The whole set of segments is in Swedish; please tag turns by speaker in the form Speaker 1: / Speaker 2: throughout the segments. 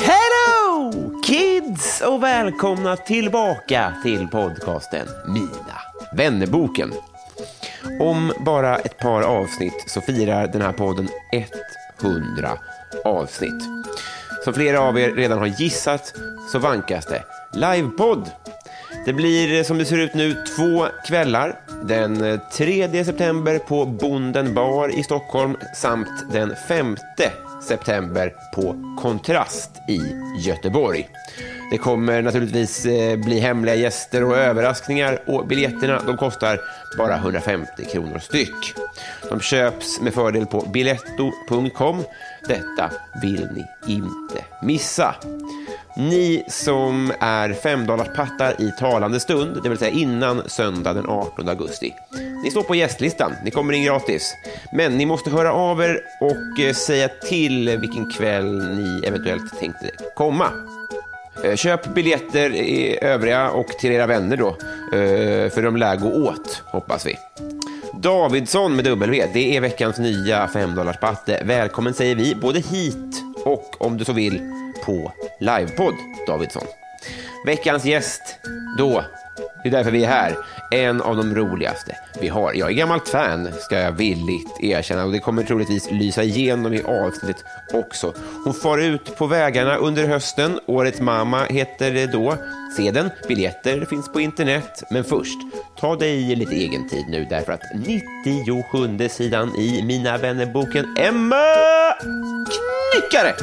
Speaker 1: Hello kids och välkomna tillbaka till podcasten Mina vännerboken. Om bara ett par avsnitt så firar den här podden 100 avsnitt. Som flera av er redan har gissat så vankas det livepodd. Det blir eh, som det ser ut nu två kvällar. Den 3 september på Bonden bar i Stockholm samt den 5 september på Kontrast i Göteborg. Det kommer naturligtvis eh, bli hemliga gäster och överraskningar och biljetterna de kostar bara 150 kronor styck. De köps med fördel på biletto.com. Detta vill ni inte missa. Ni som är femdollarspattar i talande stund, det vill säga innan söndag den 18 augusti. Ni står på gästlistan, ni kommer in gratis. Men ni måste höra av er och eh, säga till vilken kväll ni eventuellt tänkte komma. Eh, Köp biljetter i övriga och till era vänner då, eh, för de lär gå åt, hoppas vi. Davidsson med W, det är veckans nya 5-dollarspatte. Välkommen säger vi, både hit och om du så vill på livepodd Davidsson. Veckans gäst då, det är därför vi är här, en av de roligaste vi har. Jag är gammalt fan, ska jag villigt erkänna, och det kommer troligtvis lysa igenom i avsnittet också. Hon far ut på vägarna under hösten. Årets mamma heter det då. Se den, biljetter finns på internet. Men först, ta dig lite egen tid nu därför att 97 sidan i Mina vännerboken Emma Knyckare!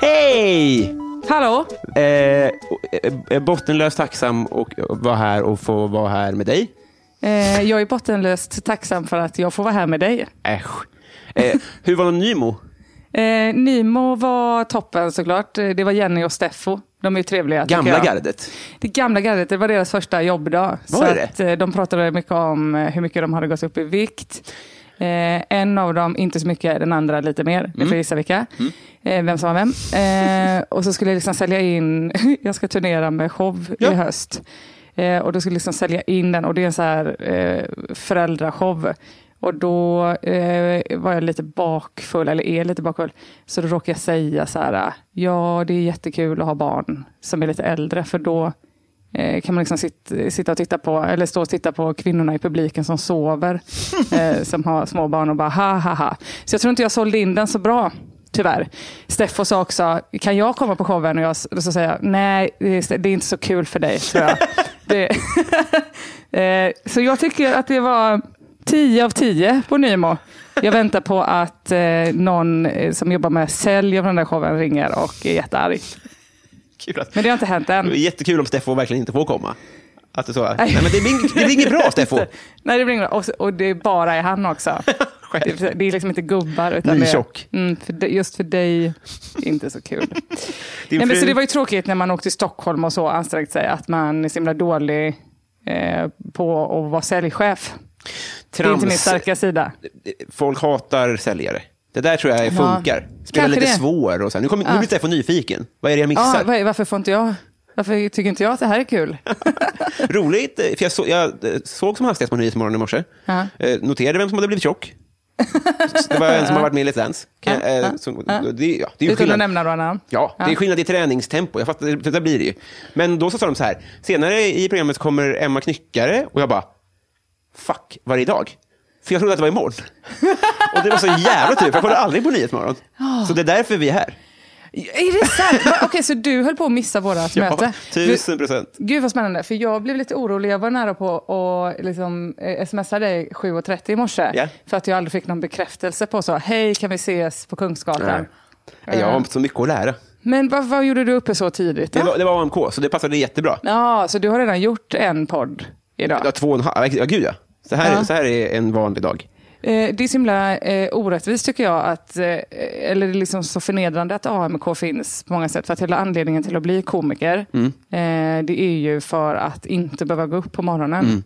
Speaker 1: Hej!
Speaker 2: Hallå?
Speaker 1: Eh, eh, bottenlöst tacksam och vara här och få vara här med dig.
Speaker 2: Eh, jag är bottenlöst tacksam för att jag får vara här med dig.
Speaker 1: Äsch. Eh, hur var det med Nymo?
Speaker 2: Eh, Nimo var toppen såklart. Eh, Det var Jenny och Steffo. De är ju trevliga. tycker
Speaker 1: Gamla
Speaker 2: jag.
Speaker 1: gardet.
Speaker 2: Det gamla gardet. Det var deras första jobbdag. så
Speaker 1: det det?
Speaker 2: Att, eh, de pratade mycket om eh, hur mycket de hade gått upp i vikt. Eh, en av dem inte så mycket, den andra lite mer.
Speaker 1: Mm.
Speaker 2: Ni får gissa vilka. Eh, vem som var vem. Eh, och så skulle jag liksom sälja in, jag ska turnera med show
Speaker 1: Ja.
Speaker 2: i höst. Eh, och då skulle jag liksom sälja in den och det är en så här eh, föräldrashow. Och då eh, var jag lite bakfull, eller är lite bakfull. Så då råkade jag säga så här, ja det är jättekul att ha barn som är lite äldre. För då eh, kan man liksom sit, sitta och titta på, eller stå och titta på kvinnorna i publiken som sover, eh, som har små barn och bara ha ha ha. Så jag tror inte jag sålde in den så bra. Tyvärr. Steffo sa också, kan jag komma på showen? Och jag s- och så säger jag, nej det är det är inte så kul för dig. Tror jag. det, eh, så jag tycker att det var 10 av 10 på Nymo. Jag väntar på att eh, någon eh, som jobbar med sälj av den där showen ringer och är jättearg.
Speaker 1: Kul att,
Speaker 2: Men det har inte hänt
Speaker 1: det är
Speaker 2: än.
Speaker 1: jättekul om Steffo verkligen inte får komma. Att det, så, nej, men det, blir, ing- det blir inget bra, Steffo.
Speaker 2: Nej, det blir inget bra. Och, så- och det är bara är han också.
Speaker 1: Själv.
Speaker 2: Det, det är liksom inte gubbar. Utan det,
Speaker 1: Nytjock.
Speaker 2: Mm, för dig- just för dig, inte så kul.
Speaker 1: Din
Speaker 2: Nej, men
Speaker 1: fru-
Speaker 2: så det var ju tråkigt när man åkte till Stockholm och så ansträngt sig, att man är så himla dålig eh, på att vara säljchef. Det är inte min
Speaker 1: Trams-
Speaker 2: starka sida.
Speaker 1: folk hatar säljare. Det där tror jag funkar. Spela
Speaker 2: kanske
Speaker 1: lite
Speaker 2: det.
Speaker 1: svår och så. här. Nu, kommer, nu blir Steffo nyfiken. Vad är det jag
Speaker 2: Ja,
Speaker 1: missar?
Speaker 2: vad är- varför får inte jag? Varför tycker inte jag att det här är kul?
Speaker 1: Roligt, eh, för jag, så, jag eh, såg som hastigast på Nyhetsmorgon i morse.
Speaker 2: Ja.
Speaker 1: Eh, noterade vem som hade blivit tjock. Det var en som har varit med i Let's Dance. Kan jag-
Speaker 2: Ja,
Speaker 1: eh,
Speaker 2: ja,
Speaker 1: som- Det,
Speaker 2: ja.
Speaker 1: ja, det är ju
Speaker 2: Utan att
Speaker 1: skillnad.
Speaker 2: nämna några namn.
Speaker 1: Ja, det är
Speaker 2: Ja.
Speaker 1: skillnad i träningstempo. Jag fattar, det, det blir det ju. Men då så sa de så här, senare i programmet kommer Emma Knyckare och jag bara, fuck, var det idag? För jag trodde att det var imorgon. och det var så jävla tur, för jag kollade aldrig på Nyhetsmorgon. Så det är därför vi är här.
Speaker 2: Är det sant? Va- Okej, så du höll på att missa vårat möte?
Speaker 1: tusen procent.
Speaker 2: Du- Gud vad spännande, för jag blev lite orolig. Jag var nära på att liksom, eh, smsa dig 7.30 i morse.
Speaker 1: Ja.
Speaker 2: För att jag aldrig fick någon bekräftelse på så. Hej, kan vi ses på Kungsgatan?
Speaker 1: Nej, Jag har så mycket att lära.
Speaker 2: Men vad, vad gjorde du uppe så tidigt?
Speaker 1: Det
Speaker 2: Då?
Speaker 1: var, det var AMK, så det passade jättebra.
Speaker 2: Ja, så du har redan gjort en podd idag?
Speaker 1: Ja, två och en halv. Ja, gud ja. Så här,
Speaker 2: Ja.
Speaker 1: så här är en vanlig dag.
Speaker 2: Eh, det är så himla eh, orättvist tycker jag, att, eh, eller det är liksom så förnedrande att AMK finns på många sätt. För att hela anledningen till att bli komiker,
Speaker 1: Mm.
Speaker 2: eh, det är ju för att inte behöva gå upp på morgonen.
Speaker 1: Mm.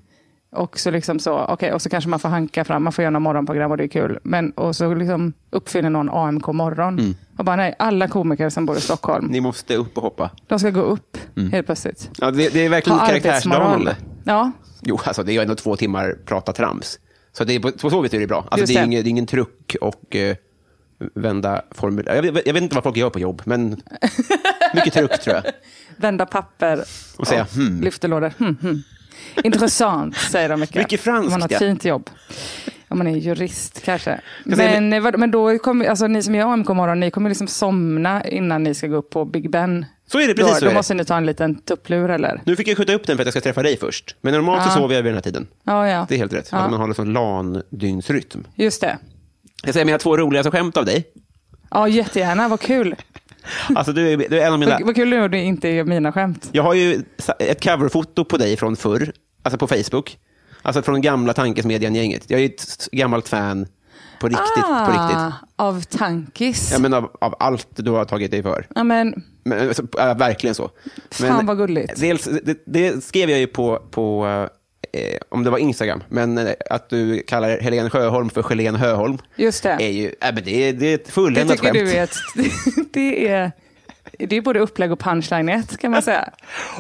Speaker 2: Och så liksom så, okej, och så kanske man får hanka fram, man får göra några morgonprogram och det är kul. Men, och så liksom uppfinner någon AMK morgon. Och bara nej, alla komiker som bor i Stockholm,
Speaker 1: Mm. Ni Mm. måste upp och hoppa.
Speaker 2: de ska gå upp helt plötsligt.
Speaker 1: Ja, det, det är verkligen
Speaker 2: Ha arbetsmoral.
Speaker 1: karaktärsdanande.
Speaker 2: Ja,
Speaker 1: Jo, alltså det är ju ändå två timmar prata trams. Så det är på, på så vis är det bra. Alltså,
Speaker 2: Just
Speaker 1: det, är
Speaker 2: det.
Speaker 1: ingen, det är ingen truck och eh, vända formulär. Jag, vet- jag vet inte vad folk gör på jobb, men mycket truck tror jag.
Speaker 2: vända papper
Speaker 1: Och säga, hmm.
Speaker 2: lyftelådor. Hmm, hmm. Intressant, säger de mycket.
Speaker 1: Mycket franskt,
Speaker 2: Man har
Speaker 1: ja.
Speaker 2: ett fint jobb. Om man är jurist kanske.
Speaker 1: säga-
Speaker 2: Men, eh, vad- men då kommer, alltså, ni som gör AMK morgon, ni kommer liksom somna innan ni ska gå upp på Big Ben.
Speaker 1: Så är det, precis
Speaker 2: då,
Speaker 1: så
Speaker 2: då
Speaker 1: är det.
Speaker 2: måste ni ta en liten tupplur eller?
Speaker 1: Nu fick jag skjuta upp den för att jag ska träffa dig först. Men normalt så sover jag vid den här tiden.
Speaker 2: Ja, ja.
Speaker 1: Det är helt rätt.
Speaker 2: Ja.
Speaker 1: Att man har en sån LAN-dygnsrytm.
Speaker 2: Just det.
Speaker 1: Jag säger mina två roligaste skämt av dig.
Speaker 2: Ja, jättegärna. Vad kul.
Speaker 1: Alltså, du, är- du är en av mina...
Speaker 2: Vad, vad kul nu att det inte är mina skämt.
Speaker 1: Jag har ju sa- ett coverfoto på dig från förr, alltså på Facebook. Alltså från gamla Tankesmedjan-gänget. Jag är ju ett s- gammalt fan på riktigt. På
Speaker 2: Ah,
Speaker 1: riktigt.
Speaker 2: Av tankis.
Speaker 1: Ja, men av, av allt du har tagit dig för.
Speaker 2: Ja, men,
Speaker 1: Men, alltså, ja, verkligen så. Men,
Speaker 2: Fan, vad gulligt.
Speaker 1: Dels, det, det skrev jag ju på, på eh, om det var Instagram, men eh, att du kallar Helene Sjöholm för Helene Höholm.
Speaker 2: Just det.
Speaker 1: Är ju, äh, men det, är- det är ett
Speaker 2: det
Speaker 1: fulländat
Speaker 2: tycker
Speaker 1: skämt.
Speaker 2: du är ett, det är... Det är både upplägg och punchline i ett kan man säga.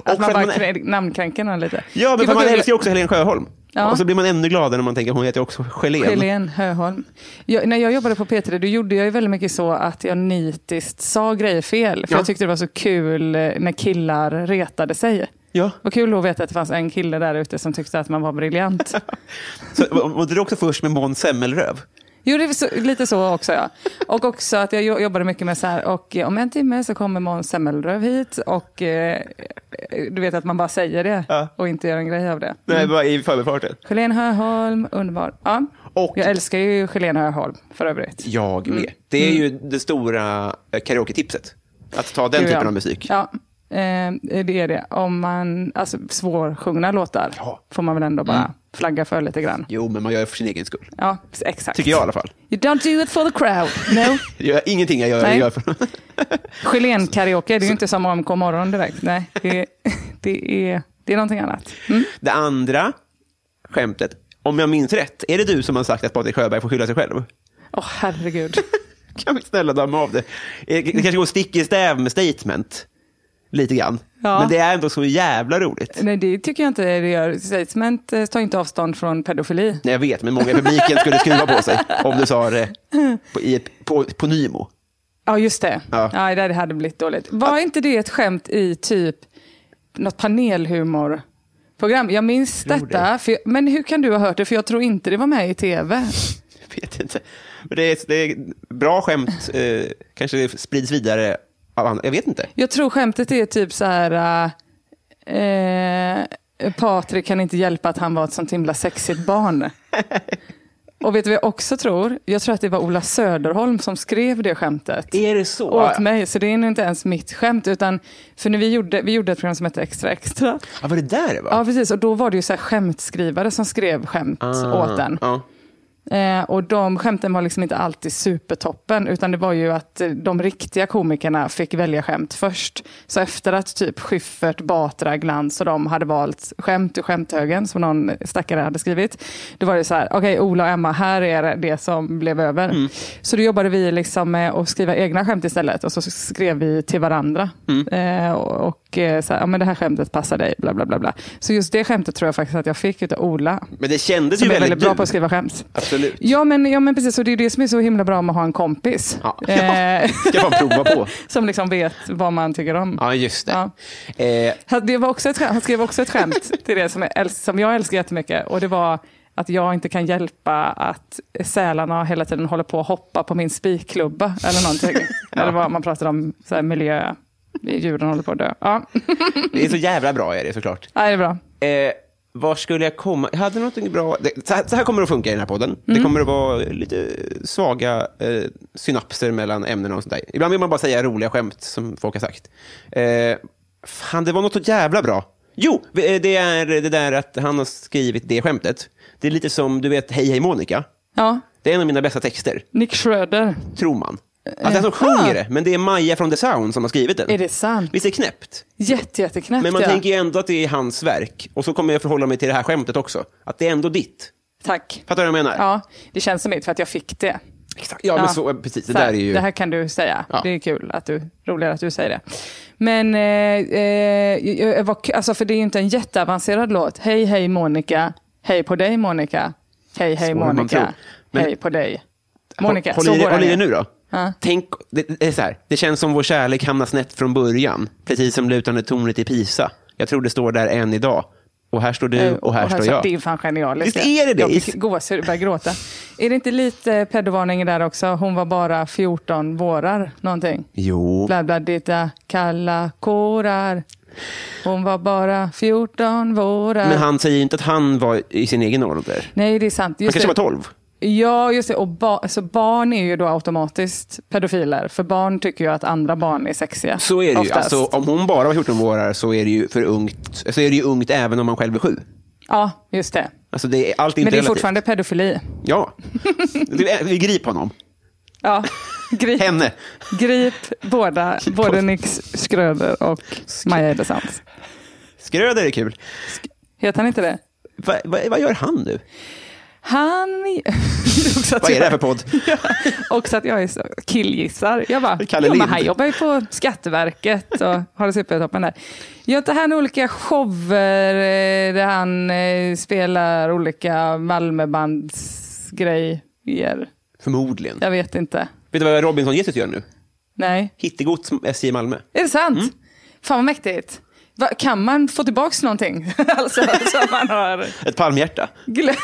Speaker 1: för
Speaker 2: att man
Speaker 1: att
Speaker 2: bara
Speaker 1: man är-
Speaker 2: krä- namnkränker någon lite.
Speaker 1: Ja, men för
Speaker 2: Gud, vad
Speaker 1: man
Speaker 2: kul.
Speaker 1: älskar ju också Helene Sjöholm.
Speaker 2: Ja.
Speaker 1: Och så blir man ännu gladare när man tänker hon heter också Helene.
Speaker 2: Helene Höholm. Jag, när jag jobbade på P3 då gjorde jag ju väldigt mycket så att jag nitiskt sa grejer fel. För
Speaker 1: Ja.
Speaker 2: jag tyckte det var så kul eh, när killar retade sig.
Speaker 1: Ja.
Speaker 2: Vad kul att veta att det fanns en kille där ute som tyckte att man var briljant.
Speaker 1: Så, och, och du är också först med Måns Semmelröv.
Speaker 2: Jo, det är så, lite så också. Ja. Och också att jag jo- jobbade mycket med så här, och eh, om en timme så kommer Måns Semmelröv hit och eh, du vet att man bara säger det
Speaker 1: Ja.
Speaker 2: och inte gör en grej av det.
Speaker 1: Nej, bara i förbifarten.
Speaker 2: Helene Höholm, underbar. Ja.
Speaker 1: Och-
Speaker 2: Jag älskar ju Helene Höholm för övrigt.
Speaker 1: Jag
Speaker 2: Mm.
Speaker 1: med. Det är ju det stora eh, karaoke-tipset. Att ta den
Speaker 2: Gud,
Speaker 1: typen
Speaker 2: ja.
Speaker 1: av musik.
Speaker 2: Ja, eh, det är det. Om man, alltså svårsjungna låtar
Speaker 1: Ja. Mm.
Speaker 2: får man väl ändå bara flagga för lite grann.
Speaker 1: Jo, men man gör det för sin egen skull.
Speaker 2: Ja, exakt.
Speaker 1: Tycker jag i alla fall.
Speaker 2: You don't do it for the crowd. No.
Speaker 1: Jag gör ingenting jag gör, jag
Speaker 2: Nej.
Speaker 1: gör för...
Speaker 2: Gelén-karaoke, det är ju inte som AMK morgon direkt. Nej, det, är- det, är, det är någonting annat. Mm.
Speaker 1: Det andra skämtet, om jag minns rätt, är det du som har sagt att Patrik Sjöberg får skylla sig själv?
Speaker 2: Åh, herregud.
Speaker 1: Kan vi snälla damma av det? Eh, Det kanske går stick i stäv med statement. Lite grann.
Speaker 2: Ja.
Speaker 1: Men det är ändå så jävla roligt.
Speaker 2: Nej, det tycker jag inte det gör. Statement eh, tar inte avstånd från pedofili.
Speaker 1: Nej, jag vet, men många i publiken skulle skruva på sig om du sa det på, i ett, på, på Nymo.
Speaker 2: Ja, just det.
Speaker 1: Ja.
Speaker 2: Ja. det där hade blivit dåligt. Var inte det ett skämt i typ något panelhumorprogram? Jag minns
Speaker 1: Tror det.
Speaker 2: detta, för jag, men hur kan du ha hört det? För jag tror inte det var med i tv.
Speaker 1: Jag vet inte. Men det är, det är bra skämt. Eh, kanske det sprids vidare av andra. Jag vet inte.
Speaker 2: Jag tror skämtet är typ så här... äh, Eh, Patrik kan inte hjälpa att han var ett sånt himla sexigt barn. Och vet du vad jag också tror? Jag tror att det var Ola Söderholm som skrev det skämtet.
Speaker 1: Är det så?
Speaker 2: Åt mig, så det är nog inte ens mitt skämt. Utan, för när vi gjorde, vi gjorde ett program som hette Extra Extra.
Speaker 1: Ja, var det där det var?
Speaker 2: Ja, precis. Och då var det ju så här skämtskrivare som skrev skämt
Speaker 1: Ah.
Speaker 2: åt den.
Speaker 1: Ja.
Speaker 2: Eh, och de skämten var liksom inte alltid supertoppen, utan det var ju att eh, de riktiga komikerna fick välja skämt först. Så efter att typ Schyffert, Batra, Glans och de hade valt skämt ur skämthögen som någon stackare hade skrivit, då var det så här, okej Ola och Emma, här är det, det som blev över. Så då jobbade Mm. vi liksom med att skriva egna skämt istället och så skrev vi till varandra. Eh, och, och Och eh, så här, ja, men det här skämtet passar dig, bla bla bla. bla. Så just det skämtet tror jag faktiskt att jag fick utav Ola.
Speaker 1: Men det kändes
Speaker 2: Som
Speaker 1: ju
Speaker 2: är väldigt bra
Speaker 1: du.
Speaker 2: på att skriva skämt.
Speaker 1: Absolut.
Speaker 2: Ja men, ja, men precis. Och det är det som är så himla bra med att ha en kompis.
Speaker 1: Ja.
Speaker 2: Eh,
Speaker 1: Ska fan prova på.
Speaker 2: som liksom vet vad man tycker om.
Speaker 1: Ja, just det. Eh,
Speaker 2: Han- Det var också ett skämt, han skrev också ett skämt till det som, jag äls- som jag älskar jättemycket. Och det var att jag inte kan hjälpa att sälarna hela tiden håller på att hoppa på min spikklubba eller någonting. Eller vad man pratade om så här, miljö, djuren håller på att dö. Ja,
Speaker 1: det är så jävla bra är det såklart.
Speaker 2: Nej, det är bra.
Speaker 1: Eh, var skulle jag komma? Jag hade någonting bra. Det, så, här, så här kommer det att funka i den här podden. Det
Speaker 2: Mm.
Speaker 1: kommer att vara lite svaga eh, synapser mellan ämnena och sånt där. Ibland vill man bara säga roliga skämt som folk har sagt. Eh, fan, det var något så jävla bra. Jo, eh, det är det där att han har skrivit det skämtet. Det är lite som, du vet, Hej hej Monica.
Speaker 2: Ja,
Speaker 1: Det är en av mina bästa texter,
Speaker 2: Nick Schröder.
Speaker 1: tror man. Att det är han som sjunger det, men det är Maja från The Sound som har skrivit den.
Speaker 2: Är det sant?
Speaker 1: Visst är det knäppt?
Speaker 2: Jätte, jätteknäppt.
Speaker 1: Men man
Speaker 2: ja.
Speaker 1: tänker ju ändå att det är hans verk. Och så kommer jag förhålla mig till det här skämtet också. Att det är ändå ditt.
Speaker 2: Tack.
Speaker 1: Fattar du vad jag menar?
Speaker 2: Ja, det känns som mitt för att jag fick det.
Speaker 1: Exakt. Ja, men så, eh, precis. Det
Speaker 2: Så här,
Speaker 1: där är ju...
Speaker 2: det här kan du säga.
Speaker 1: Ja.
Speaker 2: Det är kul att du, roligare att du säger det. Men, eh, eh, jag- jag var, alltså för det är ju inte en jätteavancerad låt. Hej, hej Monica. Hej på dig Monica. Hej, hej
Speaker 1: Svårare än man tror.
Speaker 2: Monica.
Speaker 1: Men-
Speaker 2: Hej på dig. Monica,
Speaker 1: håll,
Speaker 2: så
Speaker 1: håll, i,
Speaker 2: går
Speaker 1: håll i det
Speaker 2: den ju.
Speaker 1: nu då. Tänk, det, det, är så här, det känns som vår kärlek hamnar snett från början. Precis som lutande tornet i Pisa. Jag tror det står där än idag. Och här står du och här, står jag.
Speaker 2: Det är fan genialiskt.
Speaker 1: Visst är det det?
Speaker 2: Jag fick gåshud och började gråta. Är det inte lite peddovarning där också? Hon var bara 14 vårar någonting.
Speaker 1: Jo.
Speaker 2: Bla, bla, ditta, kalla kårar. Hon var bara 14 vårar.
Speaker 1: Men han säger ju inte att han var i sin egen ålder.
Speaker 2: Nej, det är sant.
Speaker 1: Han
Speaker 2: Just
Speaker 1: kanske
Speaker 2: det.
Speaker 1: var 12.
Speaker 2: Ja, just det. Och ba- så barn är ju då automatiskt pedofiler. För barn tycker ju att andra barn är sexiga.
Speaker 1: Så är det ju.
Speaker 2: oftast.
Speaker 1: Alltså, om hon bara var 14 år så är det ju för ungt. Så är det ju ungt även om man själv är sju.
Speaker 2: Ja, just det.
Speaker 1: Alltså, det är, allt är inte
Speaker 2: Men det är
Speaker 1: relativt.
Speaker 2: fortfarande pedofili.
Speaker 1: Ja. Det är- Vi griper honom.
Speaker 2: Ja. Grip,
Speaker 1: Henne.
Speaker 2: grip båda, både Nick Schröder och Maja Edesand.
Speaker 1: Skröder är kul.
Speaker 2: Heter han inte det?
Speaker 1: Va, va, vad gör han nu?
Speaker 2: Han... Också att
Speaker 1: Vad är det här
Speaker 2: jag-
Speaker 1: för podd?
Speaker 2: Ja, också att jag är så killgissar. Jag bara,
Speaker 1: Kalle
Speaker 2: ja, men
Speaker 1: Lind.
Speaker 2: han jobbar ju på Skatteverket och har det supertoppen där. Gör inte han olika shower eh, där han eh, spelar olika Malmöbandsgrejer?
Speaker 1: Förmodligen.
Speaker 2: Jag vet inte.
Speaker 1: Vet du vad Robinson-Jesus gör nu?
Speaker 2: Nej.
Speaker 1: Hittegods SJ Malmö.
Speaker 2: Är det sant?
Speaker 1: Mm.
Speaker 2: Fan vad mäktigt. Va, kan man få tillbaka någonting? alltså, som man har...
Speaker 1: Ett palmhjärta.
Speaker 2: Glö-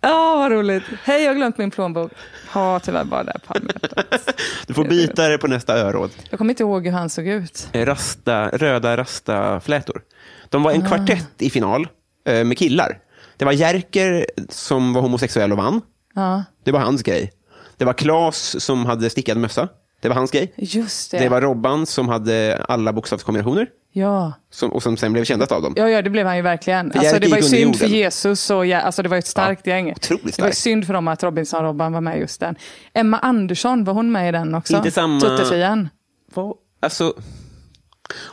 Speaker 2: Ja, vad roligt. Hej, jag har glömt min plånbok. Har tyvärr bara det här palmhjärtat.
Speaker 1: Du får bita det på nästa öråd.
Speaker 2: Jag kommer inte ihåg hur han såg ut.
Speaker 1: Eh, Rasta, röda rasta-flätor. De var en kvartett i final eh, med killar. Det var Jerker som var homosexuell och vann.
Speaker 2: Ja,
Speaker 1: Det var hans grej. Det var Klas som hade stickad mössa. Det var hans grej.
Speaker 2: just det.
Speaker 1: Det var Robban som hade alla bokstavskombinationer.
Speaker 2: Ja.
Speaker 1: Som, och som sen blev kändast av dem.
Speaker 2: Ja, ja, det blev han ju verkligen. Alltså,
Speaker 1: Jerker
Speaker 2: det var ju
Speaker 1: gick under
Speaker 2: synd för
Speaker 1: jorden.
Speaker 2: Jesus och ja, alltså, det var ju ett starkt gäng.
Speaker 1: otroligt
Speaker 2: Det var ju
Speaker 1: starkt.
Speaker 2: synd för dem att Robinson-Robban var med i just den. Emma Andersson, var hon med i den också?
Speaker 1: Inte samma-
Speaker 2: Tuttefian.
Speaker 1: Vad- Alltså...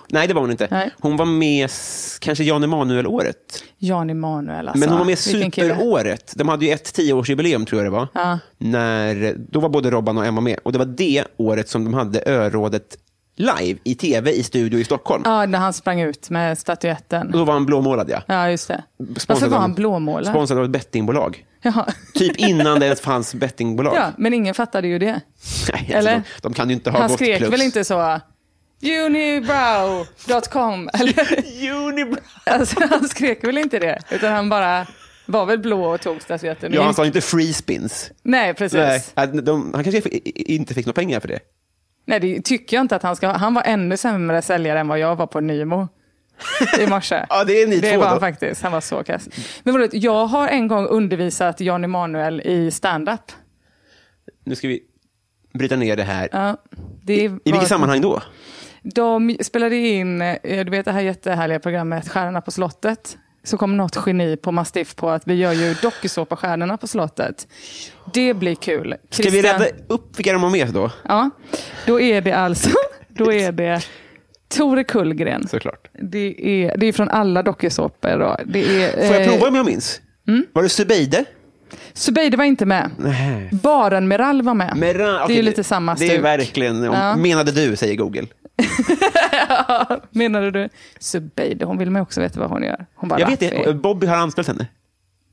Speaker 1: Nej, det var hon inte.
Speaker 2: Nej.
Speaker 1: Hon var med s- kanske Jan Emanuel-året.
Speaker 2: Jan Emanuel alltså.
Speaker 1: Men hon var med
Speaker 2: Vilken kille.
Speaker 1: superåret. De hade ju ett tioårsjubileum, tror jag det var. När, då var både Robban och Emma med. Och det var det året som de hade örådet live i tv i studio i Stockholm.
Speaker 2: Ja, när han sprang ut med
Speaker 1: Och
Speaker 2: statyetten.
Speaker 1: då var han blåmålad, ja.
Speaker 2: Ja, just det. Varför
Speaker 1: Mm. Sponsrad
Speaker 2: var
Speaker 1: av-
Speaker 2: han blåmålad?
Speaker 1: Sponsrad av ett bettingbolag.
Speaker 2: Jaha.
Speaker 1: Typ innan det ens fanns bettingbolag.
Speaker 2: Ja, men ingen fattade ju det.
Speaker 1: Nej, alltså,
Speaker 2: Eller?
Speaker 1: De, de kan ju inte ha
Speaker 2: Han
Speaker 1: gått
Speaker 2: skrek
Speaker 1: plus.
Speaker 2: väl inte så unibrow.com eller?
Speaker 1: Unibrow.
Speaker 2: Alltså, han skrek väl inte det, utan han bara var väl blå och tog statyetten.
Speaker 1: Ja, han sa inte free spins.
Speaker 2: Nej, precis.
Speaker 1: Nej,
Speaker 2: Nej.
Speaker 1: att de, han kanske i- i- inte fick några pengar för det.
Speaker 2: det tycker jag inte att han ska ha. Han var ännu sämre säljare än vad jag var på Nymo i morse.
Speaker 1: Ja, det är ni
Speaker 2: det
Speaker 1: två
Speaker 2: var
Speaker 1: då.
Speaker 2: han faktiskt. Han var så kass. Men vadå, jag har en gång undervisat Jan Emanuel i stand-up.
Speaker 1: Nu ska vi bryta ner det här.
Speaker 2: Ja, det
Speaker 1: I vilket sammanhang då?
Speaker 2: De spelade in, eh, du vet det här jättehärliga programmet Stjärnorna på slottet. Så kom något geni på Mastiff på att vi gör ju dokusåpa Stjärnorna på slottet. Det blir kul.
Speaker 1: Ska vi
Speaker 2: Christian-
Speaker 1: rädda upp vilka de har med då?
Speaker 2: Ja, då är det alltså, då är det Tore Kullgren.
Speaker 1: Såklart.
Speaker 2: Det är, det är från alla dokusåpor. då. Det är,
Speaker 1: Får jag
Speaker 2: eh,
Speaker 1: prova om jag minns? Var det Zubeide?
Speaker 2: Zubeide var inte med.
Speaker 1: Nej.
Speaker 2: Barenmeral var med.
Speaker 1: Men ra-
Speaker 2: det är
Speaker 1: okej,
Speaker 2: ju lite samma
Speaker 1: Det är
Speaker 2: stuk.
Speaker 1: verkligen, om,
Speaker 2: Ja.
Speaker 1: menade du, säger Google.
Speaker 2: Menade du Zubeide? Hon vill man ju också veta vad hon gör. Hon bara
Speaker 1: Jag vet det,
Speaker 2: Raffi.
Speaker 1: Bobby har anställt henne.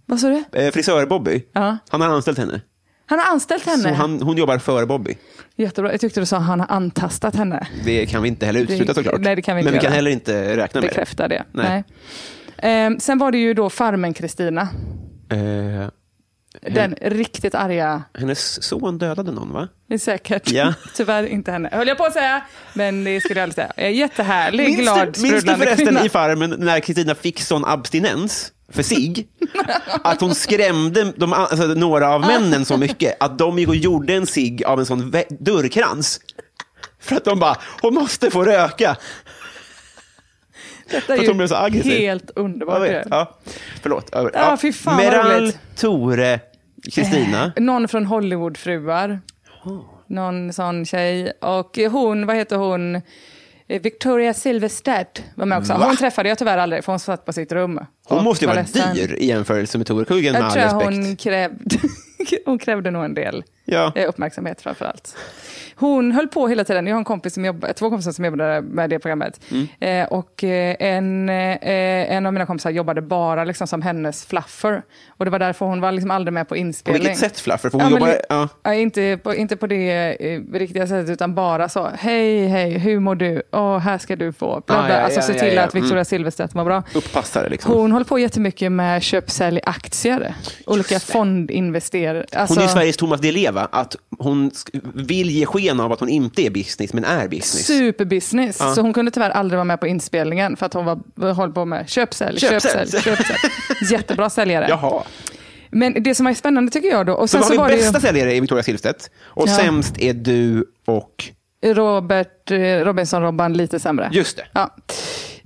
Speaker 2: Vad sa du?
Speaker 1: Eh, Frisör-Bobby,
Speaker 2: Ja.
Speaker 1: han har anställt henne.
Speaker 2: Han har anställt
Speaker 1: Så
Speaker 2: henne.
Speaker 1: han, hon jobbar för Bobby.
Speaker 2: Jättebra. Jag tyckte du sa han har antastat henne.
Speaker 1: Det kan vi inte heller utesluta
Speaker 2: Det-
Speaker 1: såklart.
Speaker 2: nej, det kan vi inte
Speaker 1: Men vi kan
Speaker 2: göra.
Speaker 1: heller inte räkna med
Speaker 2: Bekräfta det.
Speaker 1: Nej.
Speaker 2: Nej. Ehm, sen var det ju då Farmen-Kristina.
Speaker 1: det. Eh,
Speaker 2: Den riktigt arga.
Speaker 1: hennes son dödade någon, va?
Speaker 2: Det är säkert.
Speaker 1: Ja.
Speaker 2: Tyvärr inte henne. Höll jag på att säga. Men det skulle jag aldrig säga. Eh, Jättehärlig, glad,
Speaker 1: du, minns du
Speaker 2: sprudlande
Speaker 1: förresten
Speaker 2: kvinna.
Speaker 1: i Farmen när Kristina fick sån abstinens för sig att hon skrämde de, alltså, några av männen så mycket att de gick och gjorde en sig av en sån vä- dörrkrans. För att de bara, hon måste få röka.
Speaker 2: Detta
Speaker 1: att hon blev så aggressiv.
Speaker 2: helt
Speaker 1: Jag
Speaker 2: underbart.
Speaker 1: vet,
Speaker 2: ju.
Speaker 1: ja. Förlåt. över.
Speaker 2: Ja, fy fan, vad
Speaker 1: Meral,
Speaker 2: roligt. Eh,
Speaker 1: Tore, Kristina.
Speaker 2: Någon från Hollywoodfruar. Någon sån tjej. Och hon, vad heter hon? Eh, Victoria Silvstedt var med också.
Speaker 1: Va?
Speaker 2: Hon träffade jag tyvärr aldrig, för hon satt på sitt rum.
Speaker 1: Hon
Speaker 2: Och
Speaker 1: måste ju
Speaker 2: var
Speaker 1: vara
Speaker 2: ledsen.
Speaker 1: dyr i jämförelse med Torekuggen med
Speaker 2: Jag
Speaker 1: all
Speaker 2: tror
Speaker 1: respekt.
Speaker 2: hon krävde, hon krävde nog en del
Speaker 1: Ja.
Speaker 2: eh, uppmärksamhet framför allt. Hon höll på hela tiden. Jag har en kompis som jobbar, två kompisar som jobbade med det programmet.
Speaker 1: Mm.
Speaker 2: Eh, och eh, en, eh, en av mina kompisar jobbade bara liksom som hennes fluffer. Och det var därför hon var liksom aldrig med på
Speaker 1: På
Speaker 2: inspelning.
Speaker 1: vilket sätt Fluffer? För hon
Speaker 2: men
Speaker 1: jobbar...
Speaker 2: li-
Speaker 1: Ja.
Speaker 2: ja, inte, på, inte på det eh, riktiga sättet, utan bara så. Hej, hej, hur mår du? Åh, här ska du få. Bla,
Speaker 1: Ah,
Speaker 2: bla.
Speaker 1: ja,
Speaker 2: alltså
Speaker 1: ja,
Speaker 2: se
Speaker 1: ja,
Speaker 2: till
Speaker 1: ja.
Speaker 2: att Victoria
Speaker 1: Mm.
Speaker 2: Silvstedt mår bra.
Speaker 1: Upppassare liksom.
Speaker 2: Hon håller på jättemycket med köp, sälj, aktier. Olika
Speaker 1: Just det.
Speaker 2: fondinvesterare. Alltså,
Speaker 1: Hon är ju Sveriges Thomas Di Leva, att hon sk- vill ge sken av att hon inte är business, men är business.
Speaker 2: Superbusiness. Så hon kunde tyvärr aldrig vara med på inspelningen för att hon var, höll på med köp, sälj,
Speaker 1: Köp,
Speaker 2: köp,
Speaker 1: sälj.
Speaker 2: sälj. Köp, sälj. Jättebra säljare.
Speaker 1: Jaha.
Speaker 2: Men det som är spännande tycker jag då, och
Speaker 1: Så
Speaker 2: sen
Speaker 1: då
Speaker 2: så,
Speaker 1: har
Speaker 2: var
Speaker 1: vi
Speaker 2: det
Speaker 1: bästa
Speaker 2: ju
Speaker 1: säljare i Victoria Silvstedt och
Speaker 2: Ja.
Speaker 1: sämst är du och...
Speaker 2: Robert eh, Robinson-Robban lite sämre.
Speaker 1: Just det.
Speaker 2: Ja.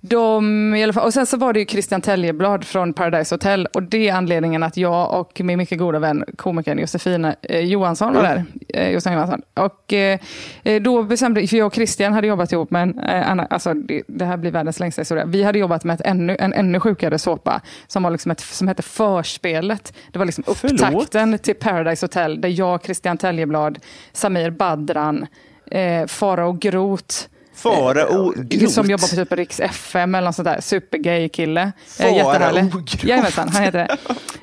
Speaker 2: De, i alla fall, och sen så var det ju Christian Teljeblad från Paradise Hotel och det är anledningen att jag och min mycket goda vän komikern Josefina eh, Johansson var där. Eh, Josefin Johansson. Och eh, eh, då bestämde, för jag och Christian hade jobbat ihop med en eh, annan, alltså det, det här blir världens längsta historia. Vi hade jobbat med ett ännu, en ännu sjukare såpa som, var liksom ett, som hette Förspelet. Det var liksom
Speaker 1: Förlåt?
Speaker 2: upptakten till Paradise Hotel där jag, Christian Teljeblad, Samir Badran, eh, Farao Groth
Speaker 1: Farao Groth.
Speaker 2: Eh, som jobbar på typ Riks FM eller något sånt där. Supergay kille.
Speaker 1: Farao
Speaker 2: Eh, jättehärlig.
Speaker 1: Groth.
Speaker 2: Jajamensan, han heter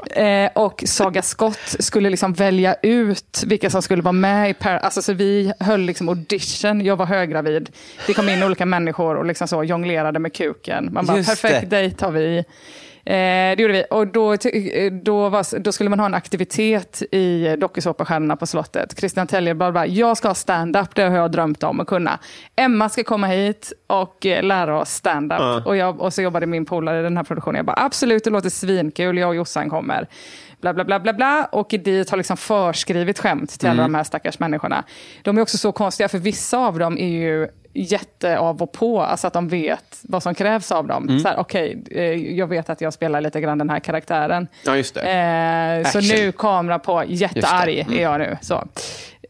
Speaker 2: det. Eh, och Saga Scott skulle liksom välja ut vilka som skulle vara med i Par alltså, så Vi höll liksom audition, jag var höggravid. Det kom in olika människor och liksom så jonglerade med kuken. Man bara,
Speaker 1: Just
Speaker 2: perfekt
Speaker 1: det.
Speaker 2: dejt har vi. Eh, det gjorde vi. Och då, ty- eh, då, var, då skulle man ha en aktivitet i dokusåpastjärnorna på slottet. Christian Teljeblad bara, jag ska ha stand-up, det har jag drömt om att kunna. Emma ska komma hit och eh, lära oss stand-up.
Speaker 1: Ja.
Speaker 2: Och, jag, och så jobbade min polare i den här produktionen. Jag bara, absolut, det låter svinkul, jag och Jossan kommer. Bla, bla, bla, bla, bla. Och dit har liksom förskrivit skämt till
Speaker 1: Mm.
Speaker 2: alla de här stackars människorna. De är också så konstiga, för vissa av dem är ju jätte av och på, alltså att de vet vad som krävs av dem.
Speaker 1: Mm.
Speaker 2: Så här, okej, eh, jag vet att jag spelar lite grann den här karaktären.
Speaker 1: Ja, just det.
Speaker 2: Eh, så
Speaker 1: Action.
Speaker 2: nu kamera på, jättearg är jag nu. Så.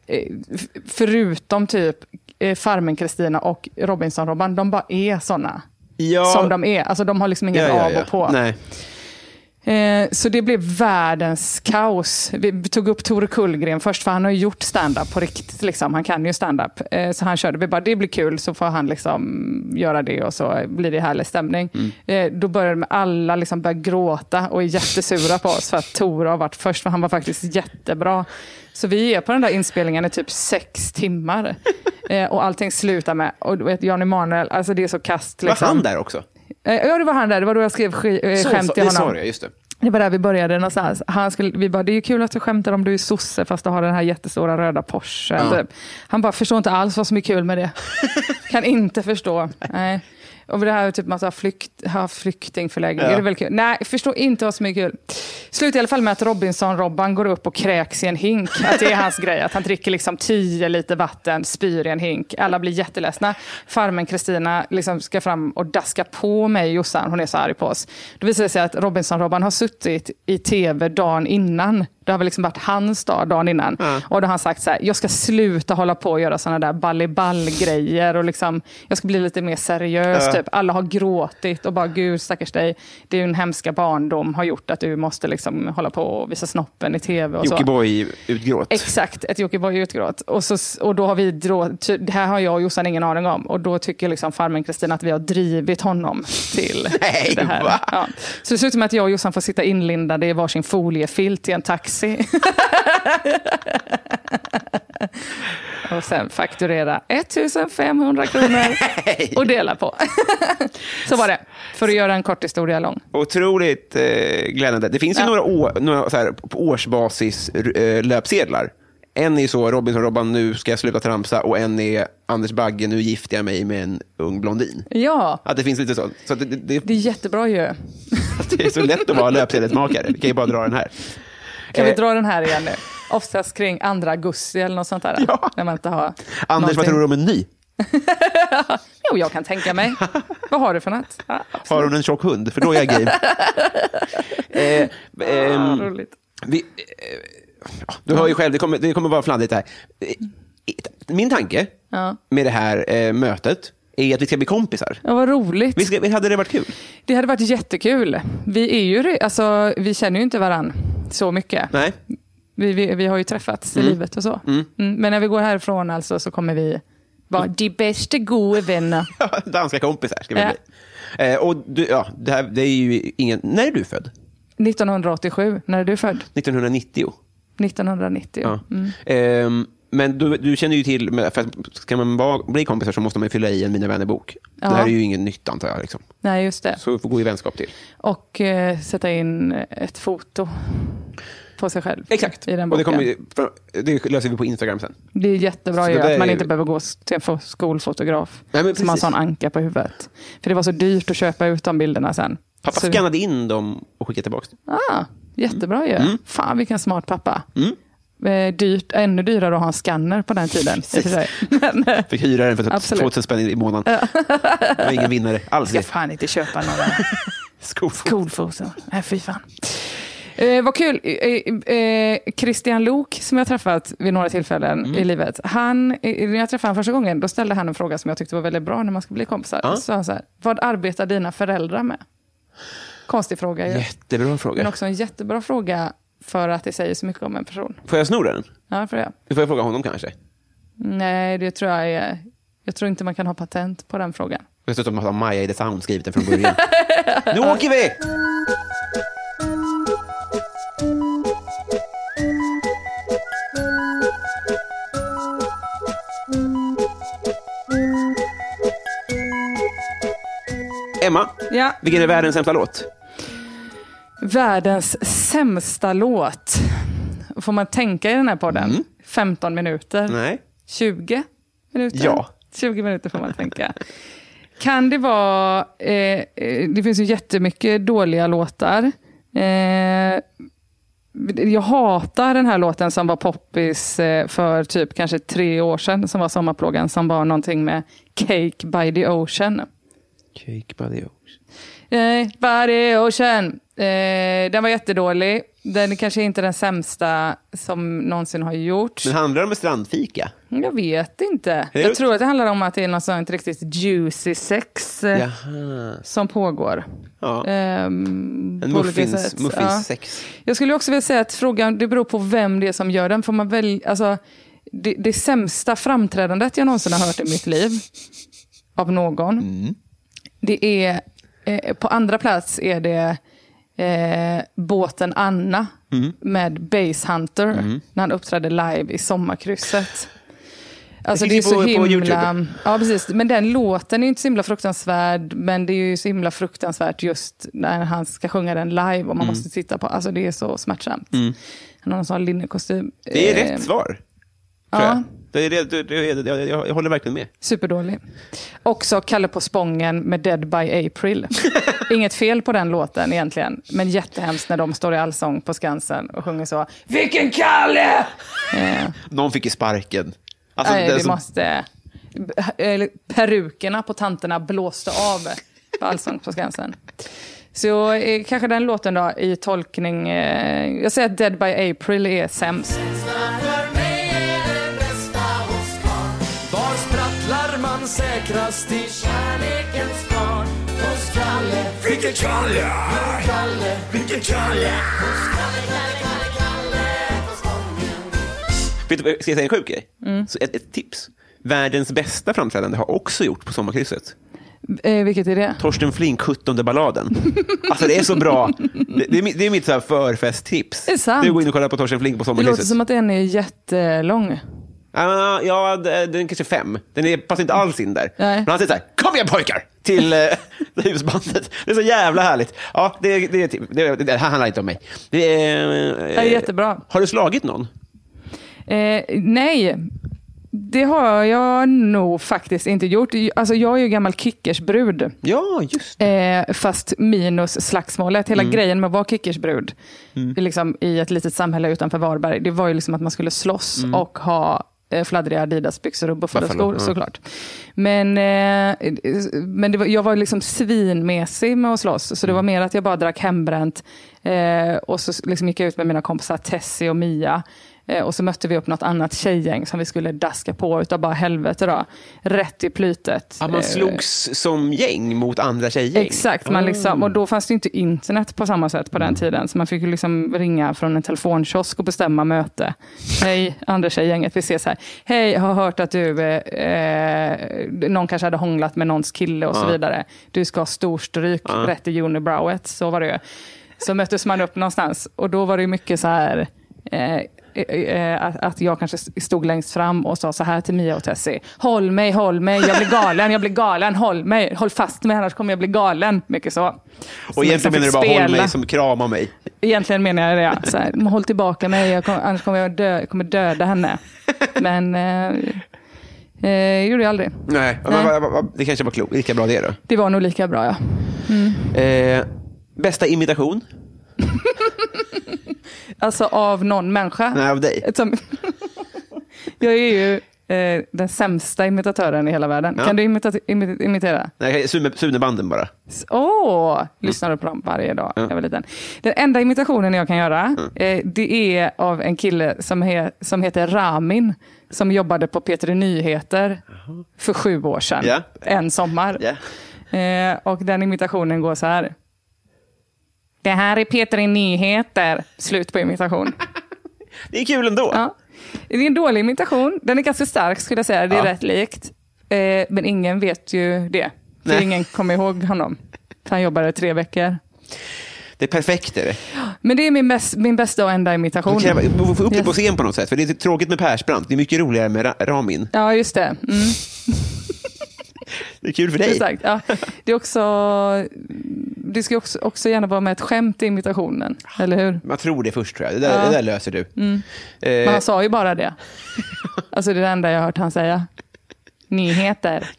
Speaker 2: Eh, f- förutom typ eh, Farmen-Kristina och Robinson-Robban, de bara är såna
Speaker 1: Ja.
Speaker 2: som de är. Alltså de har liksom inget
Speaker 1: Ja, ja,
Speaker 2: av
Speaker 1: ja.
Speaker 2: och på.
Speaker 1: Nej.
Speaker 2: Eh, så det blev världens kaos. Vi tog upp Tore Kullgren först, för han har ju gjort stand-up på riktigt. Liksom. Han kan ju stand-up. Eh, så han körde. Vi bara, det blir kul, så får han liksom göra det och så blir det härlig stämning.
Speaker 1: Mm.
Speaker 2: Eh, då började med alla liksom börja gråta och är jättesura på oss för att Tore har varit först, för han var faktiskt jättebra. Så vi är på den där inspelningen i typ sex timmar. Eh, och allting slutar med, och du vet, Jan Emanuel, alltså det är så kast.
Speaker 1: Var
Speaker 2: Liksom.
Speaker 1: han där också?
Speaker 2: Eh, ja, det var han där. Det var då jag skrev sk- eh,
Speaker 1: Så,
Speaker 2: skämt
Speaker 1: så-
Speaker 2: till
Speaker 1: det
Speaker 2: honom.
Speaker 1: sa jag, just det.
Speaker 2: Det var där vi började någonstans. Han skulle, vi bara, det är ju kul att du skämtar om du är sosse fast du har den här jättestora röda Porschen.
Speaker 1: Ja.
Speaker 2: Typ. Han bara, förstår inte alls vad som är kul med det. kan inte förstå. Nej. Och det här är typ man har flykt, har flyktingförläggning.
Speaker 1: Ja.
Speaker 2: Är det väl kul? Nej, förstår inte vad som är kul. Slut i alla fall med att Robinson-Robban går upp och kräks i en hink. Att det är hans grej. Att han dricker liksom tio liter vatten, spyr i en hink. Alla blir jätteledsna. Farmen Kristina liksom ska fram och daska på mig Jossan. Hon är så arg på oss. Då visar det sig att Robinson-Robban har suttit i tv dagen innan. Det har väl liksom varit hans dag dagen innan. Och då har han sagt så här, jag ska sluta hålla på och göra sådana där balliball-grejer. Och liksom, jag ska bli lite mer seriös. Typ. Alla har gråtit och bara, gud stackars dig. Det är ju en hemska barndom har gjort att du måste liksom hålla på och visa snoppen i tv. Och så.
Speaker 1: Jockiboi-utgråt.
Speaker 2: Exakt, ett Jockiboi-utgråt. Och, så, och då har vi, drå- ty, det här har jag och Jossan ingen aning om. Och då tycker liksom farmen Kristina att vi har drivit honom till
Speaker 1: Nej,
Speaker 2: det här.
Speaker 1: va?
Speaker 2: Ja. Så det ser ut som att jag och Jossan får sitta inlindade i varsin foliefilt i en taxi. och sen fakturera 1500 kronor och dela på. så var det, för att göra en kort historia lång.
Speaker 1: Otroligt eh, glädjande. Det finns ju
Speaker 2: Ja.
Speaker 1: några, å, några så här, på årsbasis r- eh, löpsedlar. En är så Robinson-Robban, nu ska jag sluta tramsa. Och en är Anders Bagge, nu gifter jag mig med en ung blondin.
Speaker 2: Ja,
Speaker 1: Att det finns lite så. så att det, det,
Speaker 2: det är jättebra ju.
Speaker 1: det är så lätt att vara löpsedelsmakare. Vi kan ju bara dra den här.
Speaker 2: Kan vi
Speaker 1: Eh.
Speaker 2: dra den här igen nu? Oftast kring 2 augusti eller något sånt där.
Speaker 1: Ja.
Speaker 2: När man inte har
Speaker 1: Anders, vad
Speaker 2: någonting.
Speaker 1: tror du om en ny?
Speaker 2: Jo, jag kan tänka mig. vad har du för något? Ja,
Speaker 1: Har hon en tjock hund? För då är jag game. eh, ehm,
Speaker 2: ja, roligt.
Speaker 1: Vi, eh, ja, du hör ju själv, det kommer, det kommer vara fladdigt här. Eh, Min tanke
Speaker 2: Ja.
Speaker 1: med det här eh, mötet är att vi ska bli kompisar.
Speaker 2: Ja, vad roligt.
Speaker 1: Vi ska, vi hade det varit kul?
Speaker 2: Det hade varit jättekul. Vi, är ju, re- alltså, vi känner ju inte varann så mycket.
Speaker 1: Nej.
Speaker 2: Vi, vi, vi har ju träffats i livet och så. Mm, Men när vi går härifrån alltså, så kommer vi vara
Speaker 1: Mm.
Speaker 2: de bästa goda vänner.
Speaker 1: Danska kompisar ska vi
Speaker 2: Ja.
Speaker 1: bli. Eh, och du, ja, det, här, det är ju ingen... När är du född?
Speaker 2: 1987, när är du född?
Speaker 1: 1990?
Speaker 2: 1990.
Speaker 1: Ja. Ehm, men du, du känner ju till, men för att ska man bara bli kompisar så måste man ju fylla i en Mina vänner-bok. Det här
Speaker 2: Ja.
Speaker 1: är ju ingen nytt antar jag. Liksom.
Speaker 2: Nej, just det.
Speaker 1: Så vi får gå i vänskap till.
Speaker 2: Och eh, sätta in ett foto på sig själv i den
Speaker 1: och det,
Speaker 2: boken.
Speaker 1: kommer,
Speaker 2: det,
Speaker 1: ju- det löser vi på Instagram sen.
Speaker 2: är jättebra
Speaker 1: Så
Speaker 2: ju,
Speaker 1: det där
Speaker 2: att man
Speaker 1: är-
Speaker 2: inte behöver gå s- till en fo- skolfotograf
Speaker 1: Nej, men
Speaker 2: som har en
Speaker 1: precis.
Speaker 2: sån anka på huvudet. För det var så dyrt att köpa ut de bilderna sen.
Speaker 1: Pappa
Speaker 2: Så-
Speaker 1: skannade in dem och skickade tillbaka dem.
Speaker 2: Ah, jättebra ju.
Speaker 1: Mm.
Speaker 2: Fan vilken smart pappa. Eh, dyrt, ännu dyrare att ha en skanner på den tiden. i och för sig. Men, eh,
Speaker 1: Fick hyra den för typ
Speaker 2: Absolut.
Speaker 1: 2000 spänn i månaden. Det var ingen vinnare alls.
Speaker 2: ska fan inte köpa några
Speaker 1: Skofot.
Speaker 2: coolfoser. Nej, fy fan. Eh, vad kul. Eh, eh, Christian Lok som jag träffat vid några tillfällen i livet. Han, eh, när jag träffade honom första gången, då ställde han en fråga som jag tyckte var väldigt bra när man ska bli kompisar. Så sa han så här, vad arbetar dina föräldrar med? Konstig fråga ju.
Speaker 1: Jättebra
Speaker 2: Men
Speaker 1: fråga.
Speaker 2: också en jättebra fråga för att det säger så mycket om en person.
Speaker 1: Får jag sno den?
Speaker 2: Ja, för det.
Speaker 1: Nu får jag fråga honom kanske.
Speaker 2: Nej, det tror jag är... Jag tror inte man kan ha patent på den frågan.
Speaker 1: Dessutom har Maja i The Sound skrivit den från början. nu åker vi! Emma,
Speaker 2: Ja.
Speaker 1: vilken är världens sämsta låt?
Speaker 2: Världens sämsta låt. Får man tänka i den här podden? 15 minuter?
Speaker 1: Mm. Nej.
Speaker 2: 20 minuter?
Speaker 1: Ja.
Speaker 2: 20 minuter får man tänka. Kan det vara... Eh, eh, det finns ju jättemycket dåliga låtar. Eh, jag hatar den här låten som var poppis eh, för typ kanske tre år sedan, som var sommarplågan, som var någonting med Cake by the Ocean.
Speaker 1: Cake by the Ocean.
Speaker 2: Eh, By the Ocean. Eh, den var jättedålig. Den är kanske inte den sämsta som någonsin har gjorts.
Speaker 1: Men handlar det om en strandfika?
Speaker 2: Jag vet inte.
Speaker 1: Hur?
Speaker 2: Jag tror att det handlar om att det är något sånt riktigt juicy sex eh,
Speaker 1: Jaha.
Speaker 2: som pågår.
Speaker 1: Ja.
Speaker 2: Ehm,
Speaker 1: En
Speaker 2: på olika
Speaker 1: muffins,
Speaker 2: sätt. Ja.
Speaker 1: muffinssex.
Speaker 2: Jag skulle också vilja säga att frågan, det beror på vem det är som gör den. Får man väl, alltså, det, det sämsta framträdandet jag någonsin har hört i mitt liv av någon,
Speaker 1: Mm.
Speaker 2: det är, eh, på andra plats är det eh, båten Anna
Speaker 1: Mm.
Speaker 2: med Base Hunter när han uppträdde live i Sommarkrysset. Alltså
Speaker 1: Det
Speaker 2: det är
Speaker 1: finns
Speaker 2: så
Speaker 1: ju på- på
Speaker 2: himla...
Speaker 1: YouTube.
Speaker 2: Ja, precis. Men den låten är ju inte så himla fruktansvärd, men det är ju så himla fruktansvärt just när han ska sjunga den live och
Speaker 1: Mm.
Speaker 2: man måste titta på. Alltså det är så smärtsamt. Han har en sån linnekostym.
Speaker 1: Det är
Speaker 2: Eh,
Speaker 1: rätt svar. Tror
Speaker 2: ja.
Speaker 1: jag. Det är, det, det, det, det, jag, jag, jag håller verkligen med.
Speaker 2: Superdålig. Också Kalle på Spången med Dead by April. Inget fel på den låten egentligen, men jättehemskt när de står i allsång på Skansen och sjunger så. Vilken Kalle! Eh,
Speaker 1: Någon fick ju sparken. Alltså,
Speaker 2: Nej,
Speaker 1: den
Speaker 2: vi
Speaker 1: som-
Speaker 2: måste... eller Perukerna på tanterna blåste av på Allsång på Skansen. Så eh, kanske den låten då i tolkning. Eh, jag säger att Dead by April är sämst.
Speaker 3: För mig är det bästa hos karln. Var sprattlar man säkrast i kärlekens garn? Hos Kalle,
Speaker 4: Vilken kalle!
Speaker 3: Kalle,
Speaker 4: Vilken kalle!
Speaker 1: Vet du, vad jag ska jag säga en sjuk grej?
Speaker 2: Mm.
Speaker 1: Så ett, ett tips. Världens bästa framträdande har också gjort på sommarkrysset.
Speaker 2: Eh, vilket är det?
Speaker 1: Torsten Flink, 17 balladen. Alltså det är så bra. Det, det, är, mitt- det är mitt så här förfesttips.
Speaker 2: Det är sant.
Speaker 1: Du går in och kollar på Torsten Flink på
Speaker 2: Det låter
Speaker 1: sommarkrysset.
Speaker 2: som att den är jättelång.
Speaker 1: Ah, ja, d- den kanske är fem. Den är, passar inte alls in där.
Speaker 2: Nej.
Speaker 1: Men han säger så här, kom igen pojkar! Till eh, husbandet. Det är så jävla härligt. Ja, det, det, det, det, det här handlar inte om mig. Det är, eh,
Speaker 2: Det är jättebra.
Speaker 1: Har du slagit någon?
Speaker 2: Eh, nej, det har jag nog faktiskt inte gjort. Alltså, jag är ju gammal kickersbrud.
Speaker 1: Ja, just det.
Speaker 2: Eh, fast minus slagsmålet.
Speaker 1: Mm.
Speaker 2: Hela grejen med att vara kickersbrud i liksom, i ett litet samhälle utanför Varberg, det var ju liksom att man skulle slåss och ha eh, fladdriga Adidas-byxor och buffade
Speaker 1: Mm. Buffalo,
Speaker 2: skor
Speaker 1: ja.
Speaker 2: såklart. Men, eh, men det var, jag var liksom svinmesig med att slåss, så det var
Speaker 1: Mm.
Speaker 2: mer att jag bara drack hembränt eh, och så liksom gick jag ut med mina kompisar Tessie och Mia. eh, Och så mötte vi upp något annat tjejgäng som vi skulle daska på utav bara helvete. Då. Rätt i plytet.
Speaker 1: Ja, man
Speaker 2: Eh,
Speaker 1: slogs som gäng mot andra tjejgäng.
Speaker 2: Exakt, man liksom, och då fanns det ju inte internet på samma sätt på den tiden. Så man fick ju liksom ringa från en telefonkiosk och bestämma möte. Hej, andra tjejgänget, vi ses här. Hej, jag har hört att du, eh, eh, någon kanske hade hånglat med någons kille och så vidare. Du ska ha storstryk rätt i unibrowet, så var det ju. Så möttes man upp någonstans och då var det ju mycket så här, eh, eh, eh, att, att jag kanske stod längst fram och sa så här till Mia och Tessie. Håll mig, håll mig, jag blir galen, jag blir galen, håll mig, håll fast mig annars kommer jag bli galen. Mycket så. Så
Speaker 1: Och egentligen menar du
Speaker 2: man liksom
Speaker 1: bara
Speaker 2: fick
Speaker 1: håll mig
Speaker 2: spela.
Speaker 1: som kramar mig.
Speaker 2: Egentligen menar jag det, ja. så här, "Men håll tillbaka mig, jag kommer, annars kommer jag, dö, jag kommer döda henne. Men eh, eh, gjorde jag aldrig.
Speaker 1: Nej,
Speaker 2: Nej.
Speaker 1: Men, vad- vad- det kanske var klokt. Lika bra det då.
Speaker 2: Det var nog lika bra ja.
Speaker 1: Eh, bästa imitation?
Speaker 2: Alltså av någon människa.
Speaker 1: Nej, av dig.
Speaker 2: Ett som- jag är ju eh, den sämsta imitatören i hela världen.
Speaker 1: Ja.
Speaker 2: Kan du imita imi- imitera?
Speaker 1: Nej, Sune, Sunebanden bara.
Speaker 2: S- Åh! lyssnade på dem varje dag när jag var liten. Den enda imitationen jag kan göra, eh, det är av en kille som, he, som heter Ramin, som jobbade på P3 Nyheter för sju år sedan.
Speaker 1: Ja.
Speaker 2: En sommar.
Speaker 1: Ja.
Speaker 2: Eh, och den imitationen går så här. Det här är P3 Nyheter. Slut på imitation.
Speaker 1: Det är kul ändå.
Speaker 2: Ja. Det är en dålig imitation. Den är ganska stark skulle jag säga. Det är
Speaker 1: Ja.
Speaker 2: rätt likt. Eh, men ingen vet ju det. För
Speaker 1: Nej.
Speaker 2: ingen kommer ihåg honom. För han jobbade tre veckor.
Speaker 1: Det är perfekt. Är det.
Speaker 2: Men det är min, bäst, min bästa och enda imitation.
Speaker 1: Vi kräver- vi får få upp det på
Speaker 2: Yes.
Speaker 1: scen på något sätt. För det är tråkigt med Persbrandt. Det är mycket roligare med Ra- Ramin.
Speaker 2: Ja, just det. Mm,
Speaker 1: Det är kul för dig.
Speaker 2: exakt. Ja. Det, är också, det ska ju också, också gärna vara med ett skämt i imitationen. Eller hur?
Speaker 1: Man tror det först, tror jag. Det där, det där löser du.
Speaker 2: Mm. Men
Speaker 1: Eh,
Speaker 2: han sa ju bara det. Alltså det är det enda jag har hört han säga. Nyheter.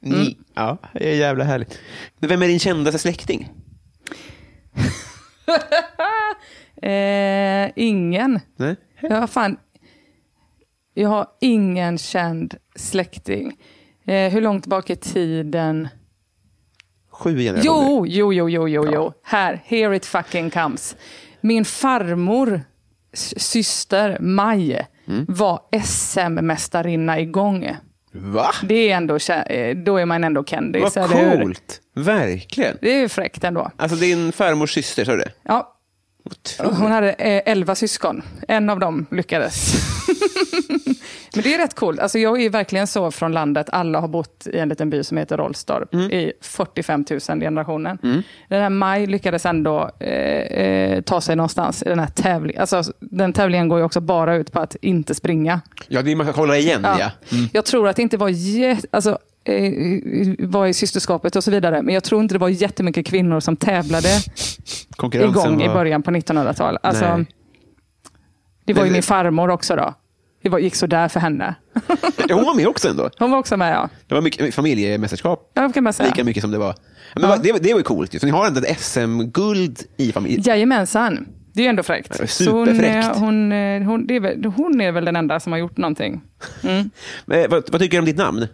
Speaker 1: ni,
Speaker 2: mm.
Speaker 1: ja, det är jävla härligt. Men vem är din kändaste släkting?
Speaker 2: Eh, ingen.
Speaker 1: Nej?
Speaker 2: Jag har fan... Jag har ingen känd släkting. Eh, hur långt bak i tiden?
Speaker 1: Sju generationer?
Speaker 2: Jo, jo, jo, jo, jo, jo. Här, here it fucking comes. Min farmor s- syster Maj
Speaker 1: Mm.
Speaker 2: var SM-mästarinna i gång.
Speaker 1: Va?
Speaker 2: Det är ändå, kä- eh, då är man ändå kändis.
Speaker 1: Vad
Speaker 2: eller hur?
Speaker 1: coolt! Verkligen.
Speaker 2: Det är ju fräckt ändå.
Speaker 1: Alltså din farmors syster, sa du det?
Speaker 2: Ja,
Speaker 1: Otroligt.
Speaker 2: Hon hade eh, elva syskon. En av dem lyckades. Men det är rätt coolt. Alltså jag är ju verkligen så från landet. Alla har bott i en liten by som heter Rollstorp
Speaker 1: Mm.
Speaker 2: i 45 000 generationen. Den här Maj lyckades ändå eh, eh, ta sig någonstans i den här tävlingen. Alltså, den tävlingen går ju också bara ut på att inte springa.
Speaker 1: Ja, det är man ska hålla igen, ja. Mm.
Speaker 2: Jag tror att det inte var, jä- alltså, eh, var i systerskapet och så vidare, men jag tror inte det var jättemycket kvinnor som tävlade
Speaker 1: Konkurrensen
Speaker 2: igång i
Speaker 1: var-
Speaker 2: början på 1900-talet. Alltså,
Speaker 1: Nej.
Speaker 2: det var ju
Speaker 1: Men-
Speaker 2: min farmor också då. Det var, gick så där för henne.
Speaker 1: Ja, hon var med också ändå.
Speaker 2: Hon var också med ja.
Speaker 1: Det var mycket familjemästerskap.
Speaker 2: Ja, det kan man säga.
Speaker 1: Lika mycket som det var. Men vad- Det, det var ju coolt. ju. Så ni har ändå ett SM-guld i familjen.
Speaker 2: Jajamensan. Det är ju ändå
Speaker 1: Ja,
Speaker 2: fräckt. Så hon,
Speaker 1: superfräckt.
Speaker 2: eh, hon, eh, hon, det är väl, hon är väl den enda som har gjort någonting.
Speaker 1: Men Vad, vad tycker du om ditt namn?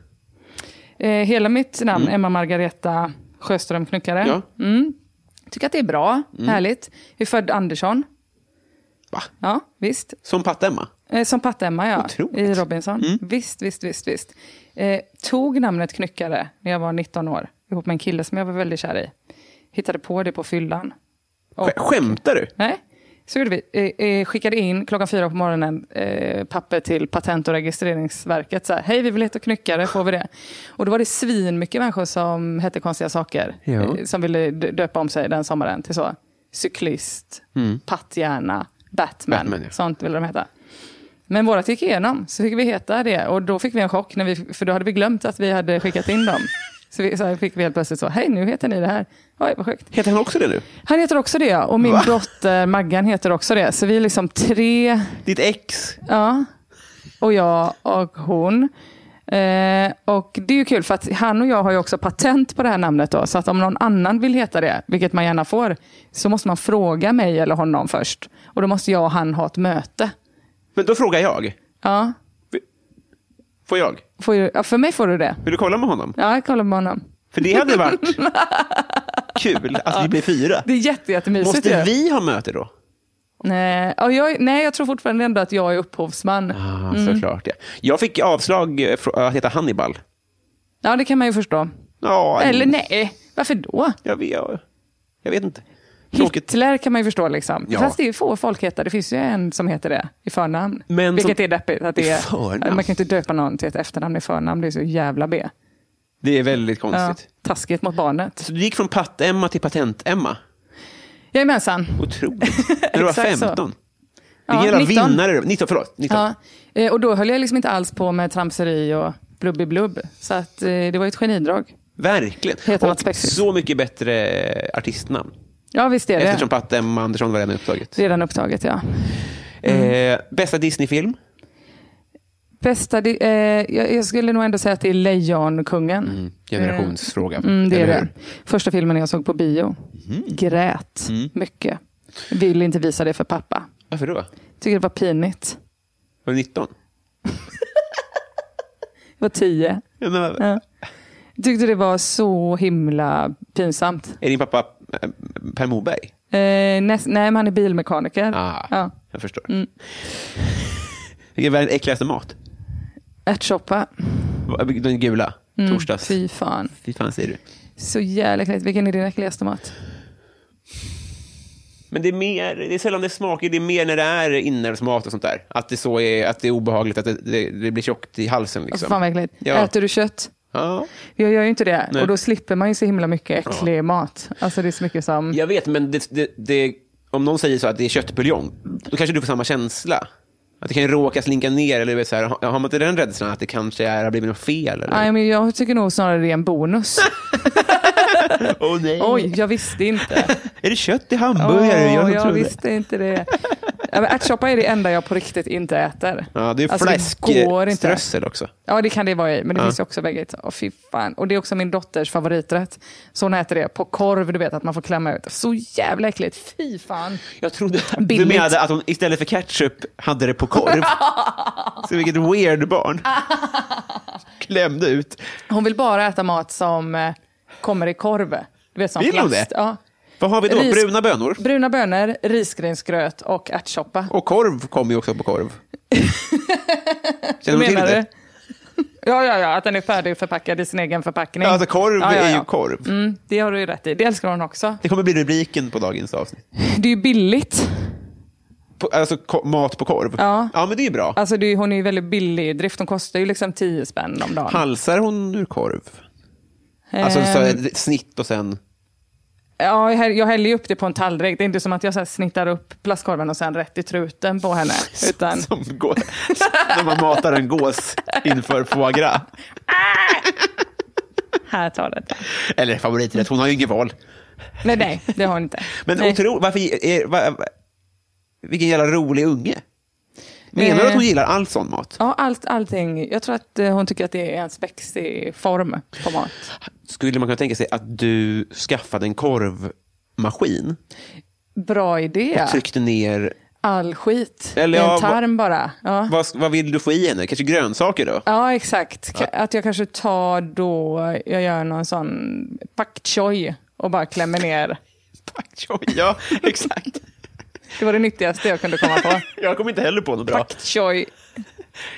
Speaker 2: Eh, hela mitt namn, Emma Margareta Sjöström Knyckare.
Speaker 1: Mm. Ja.
Speaker 2: Mm. Tycker att det är bra, härligt. Jag är född Andersson.
Speaker 1: Va?
Speaker 2: Ja, visst.
Speaker 1: Som Patt-Emma?
Speaker 2: Eh, Som Patt-Emma, ja.
Speaker 1: Otroligt.
Speaker 2: I Robinson. Visst, visst, visst. visst. Eh, tog namnet Knyckare när jag var 19 år, ihop med en kille som jag var väldigt kär i. Hittade på det på fyllan. Och-
Speaker 1: Sk- Skämtar du?
Speaker 2: Nej, så gjorde vi. Eh, eh, skickade in klockan fyra på morgonen eh, papper till Patent och registreringsverket. Så här, Hej, vi vill heta Knyckare, får vi det? Och då var det svin mycket människor som hette konstiga saker.
Speaker 1: Ja.
Speaker 2: Eh, som ville d- döpa om sig den sommaren till så. Cyklist, patthjärna, Batman.
Speaker 1: Mm. Batman, ja.
Speaker 2: Sånt ville de heta. Men vårat gick igenom, så fick vi heta det. Och då fick vi en chock, när vi, för då hade vi glömt att vi hade skickat in dem. Så, vi, så här fick vi helt plötsligt så, hej nu heter ni det här. Oj, vad sjukt.
Speaker 1: Heter han också det nu?
Speaker 2: Han heter också det, ja. och min dotter Maggan heter också det. Så vi är liksom tre,
Speaker 1: Ditt ex?
Speaker 2: ja, och jag och hon. Eh, och det är ju kul, för att han och jag har ju också patent på det här namnet. Då, så att om någon annan vill heta det, vilket man gärna får, så måste man fråga mig eller honom först. Och då måste jag och han ha ett möte.
Speaker 1: Men då frågar jag.
Speaker 2: Ja,
Speaker 1: Får jag?
Speaker 2: får ju, ja för mig får du det.
Speaker 1: Vill du kolla med honom?
Speaker 2: Ja, jag kollar med honom.
Speaker 1: För det hade varit kul att vi blir fyra.
Speaker 2: Det är jätte, jättemysigt. ju.
Speaker 1: Måste vi ha möte då?
Speaker 2: Nej, ja, jag, nej, jag tror fortfarande ändå att jag är upphovsman.
Speaker 1: Ah,
Speaker 2: Mm.
Speaker 1: Såklart, ja. Jag fick avslag eh, fr- att heta Hannibal.
Speaker 2: Ja, det kan man ju förstå.
Speaker 1: Ja,
Speaker 2: Eller nej, varför då?
Speaker 1: Jag, vet- jag, jag vet inte. Tråkigt.
Speaker 2: Hitler kan man ju förstå. Liksom.
Speaker 1: Ja.
Speaker 2: Fast det är ju få folk heter. Det finns ju en som heter det i förnamn.
Speaker 1: Men
Speaker 2: Vilket
Speaker 1: som-
Speaker 2: är deppigt. Att det
Speaker 1: I
Speaker 2: är,
Speaker 1: förnamn?
Speaker 2: Man kan ju inte döpa någon till ett efternamn i förnamn. Det är så jävla B.
Speaker 1: Det är väldigt
Speaker 2: Ja,
Speaker 1: konstigt.
Speaker 2: taskigt mot barnet.
Speaker 1: Så du gick från Patt-Emma till Patent-Emma.
Speaker 2: Jajamensan.
Speaker 1: Otroligt. När du var
Speaker 2: Exakt så.
Speaker 1: 15.
Speaker 2: Ja,
Speaker 1: Vilken jävla
Speaker 2: 19.
Speaker 1: vinnare. du var. 19, förlåt. 19.
Speaker 2: Ja. Eh, Och då höll jag liksom inte alls på med tramseri och blubbi-blubb. Så att, eh, det var ju ett genidrag.
Speaker 1: Verkligen.
Speaker 2: Heter något
Speaker 1: Och
Speaker 2: spexigt.
Speaker 1: så mycket bättre eh, artistnamn.
Speaker 2: Ja, visst är det.
Speaker 1: Eftersom Patt-Emma Andersson var redan upptaget.
Speaker 2: Redan upptaget, ja.
Speaker 1: Eh, bästa Disney-film?
Speaker 2: Bästa, di- eh, jag jag skulle nog ändå säga att det är Lejonkungen.
Speaker 1: Mm. Generationsfråga.
Speaker 2: Mm, det är
Speaker 1: eller
Speaker 2: det.
Speaker 1: hur? Mm.
Speaker 2: Första filmen jag såg på bio. Grät mycket. Vill inte visa det för pappa.
Speaker 1: Varför då? Var
Speaker 2: Tycker det var pinigt.
Speaker 1: du 19?
Speaker 2: Jag var tio.
Speaker 1: Ja, men-
Speaker 2: Ja. Tyckte det var så himla pinsamt.
Speaker 1: Är din pappa eh, Per Moberg?
Speaker 2: Eh, näst, nej, men han är bilmekaniker.
Speaker 1: Ah,
Speaker 2: Ja. Mm.
Speaker 1: Jag förstår. Vilken är världens äckligaste mat?
Speaker 2: Ärtsoppa.
Speaker 1: Den gula? Torsdags?
Speaker 2: Mm, Fy fan.
Speaker 1: Fy fan säger du.
Speaker 2: Så jävla äckligt. Vilken är din äckligaste mat? Alltså,
Speaker 1: Men det är, mer, det är sällan det är smaker, det är mer när det är inälvsmat och sånt där. Att det, så är, att det är obehagligt, att det, det, det blir tjockt i halsen. Liksom.
Speaker 2: Fan vad äckligt.
Speaker 1: Ja.
Speaker 2: Äter du kött?
Speaker 1: Ja.
Speaker 2: Jag gör ju inte det.
Speaker 1: Nej.
Speaker 2: Och då slipper man ju så himla mycket äcklig mat. Alltså det är så mycket som...
Speaker 1: Jag vet, men det, det, det, om någon säger så att det är köttbuljong, då kanske du får samma känsla. Att det kan ju råka slinka ner, eller du vet så här, har har man inte den rädslan att det kanske är, har blivit något fel? Eller?
Speaker 2: Nej, men jag tycker nog snarare det är en bonus.
Speaker 1: Åh, nej.
Speaker 2: Oj, jag visste inte.
Speaker 1: Är det kött i hamburgare?
Speaker 2: Åh,
Speaker 1: jag
Speaker 2: jag
Speaker 1: trodde.
Speaker 2: visste inte det. Ja, men Ärtsoppa är det enda jag på riktigt inte äter.
Speaker 1: Ja, det är
Speaker 2: Alltså, går inte.
Speaker 1: fläskströssel också.
Speaker 2: Ja, det kan det vara i, men det finns ju också bägget. Åh, fy fan. Och det är också min dotters favoriträtt. Så hon äter det på korv, du vet att man får klämma ut. Så jävla äckligt. Fy fan.
Speaker 1: Jag trodde du
Speaker 2: Billigt.
Speaker 1: menade att hon istället för ketchup hade det på korv. Så vilket weird barn. Klämde ut.
Speaker 2: Hon vill bara äta mat som eh, kommer i korv. Du vet, som
Speaker 1: Vill hon
Speaker 2: plast.
Speaker 1: det?
Speaker 2: Ja.
Speaker 1: Vad har vi då?
Speaker 2: Ris-
Speaker 1: Bruna bönor.
Speaker 2: Bruna bönor, risgrynsgröt och ärtsoppa.
Speaker 1: Och korv kommer ju också på korv. Känner du till
Speaker 2: menar
Speaker 1: det?
Speaker 2: du? Ja, ja, ja, att den är färdigförpackad i sin egen förpackning.
Speaker 1: Ja, alltså korv
Speaker 2: Ja, ja,
Speaker 1: är
Speaker 2: ja.
Speaker 1: ju korv.
Speaker 2: Mm, det har du ju rätt i. Det älskar hon också.
Speaker 1: Det kommer bli rubriken på dagens avsnitt.
Speaker 2: Det är ju billigt.
Speaker 1: På, alltså ko- mat på korv.
Speaker 2: Ja.
Speaker 1: men det är ju bra.
Speaker 2: Alltså det är, hon är ju väldigt billig i drift. Hon kostar ju liksom 10 spänn om dagen.
Speaker 1: Halsar hon ur korv? Alltså så,
Speaker 2: Ehm,
Speaker 1: ett snitt och sen...
Speaker 2: ja, jag häll- jag häller ju upp det på en tallrik. Det är inte som att jag så här snittar upp plastkorven och sen rätt i truten på henne. Utan,
Speaker 1: Som går, när man matar en gås inför foie gras.
Speaker 2: här tar det.
Speaker 1: Eller favoriträtt, hon har ju inget val.
Speaker 2: Nej, nej, det har hon inte.
Speaker 1: Men
Speaker 2: nej.
Speaker 1: otro, varför, är, va, va, vilken jävla rolig unge. Menar du att hon
Speaker 2: Eh.
Speaker 1: gillar all sån mat?
Speaker 2: Ja, allt, allting. Jag tror att eh, hon tycker att det är en spexig form på mat.
Speaker 1: Skulle man kunna tänka sig att du skaffade en korvmaskin
Speaker 2: Bra idé.
Speaker 1: och tryckte ner...
Speaker 2: All skit.
Speaker 1: Eller
Speaker 2: I
Speaker 1: ja,
Speaker 2: en
Speaker 1: vad-
Speaker 2: tarm bara. Ja.
Speaker 1: Vad, vad vill du få i henne? Kanske grönsaker då?
Speaker 2: Ja, exakt. Ka- Att jag kanske tar då, jag gör någon sån pak choi och bara klämmer ner
Speaker 1: Pak choi, ja exakt.
Speaker 2: Det var det nyttigaste jag kunde komma på.
Speaker 1: Jag kommer inte heller på något bra.
Speaker 2: Pak choi.
Speaker 1: ja,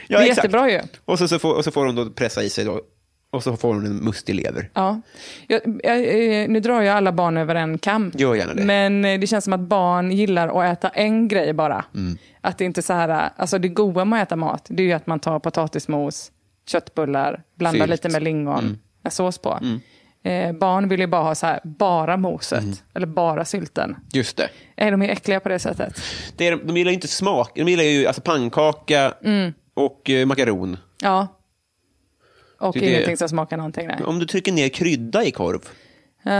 Speaker 2: det är
Speaker 1: exakt.
Speaker 2: jättebra ju.
Speaker 1: Och så, så, får, och så får hon då pressa i sig då, och så får hon en mustig lever.
Speaker 2: Ja. Jag, jag, eh, nu drar jag alla barn över en kam.
Speaker 1: Gör gärna det.
Speaker 2: Men eh, det känns som att barn gillar att äta en grej bara.
Speaker 1: Mm.
Speaker 2: Att det inte är så här, alltså det goda med att äta mat, det är ju att man tar potatismos, köttbullar, blandar
Speaker 1: Sylt. Mm.
Speaker 2: lite med lingon, en sås på. Eh, barn vill ju bara ha så här, bara moset,
Speaker 1: Mm.
Speaker 2: eller bara sylten.
Speaker 1: Just det.
Speaker 2: Är de är äckliga på det sättet.
Speaker 1: det är, de gillar ju inte smak, de gillar ju alltså pannkaka
Speaker 2: Mm.
Speaker 1: och eh, makaron.
Speaker 2: Ja. Och
Speaker 1: Det är det-
Speaker 2: ingenting som smakar någonting. Nej.
Speaker 1: Om du trycker ner krydda i korv,
Speaker 2: Eh,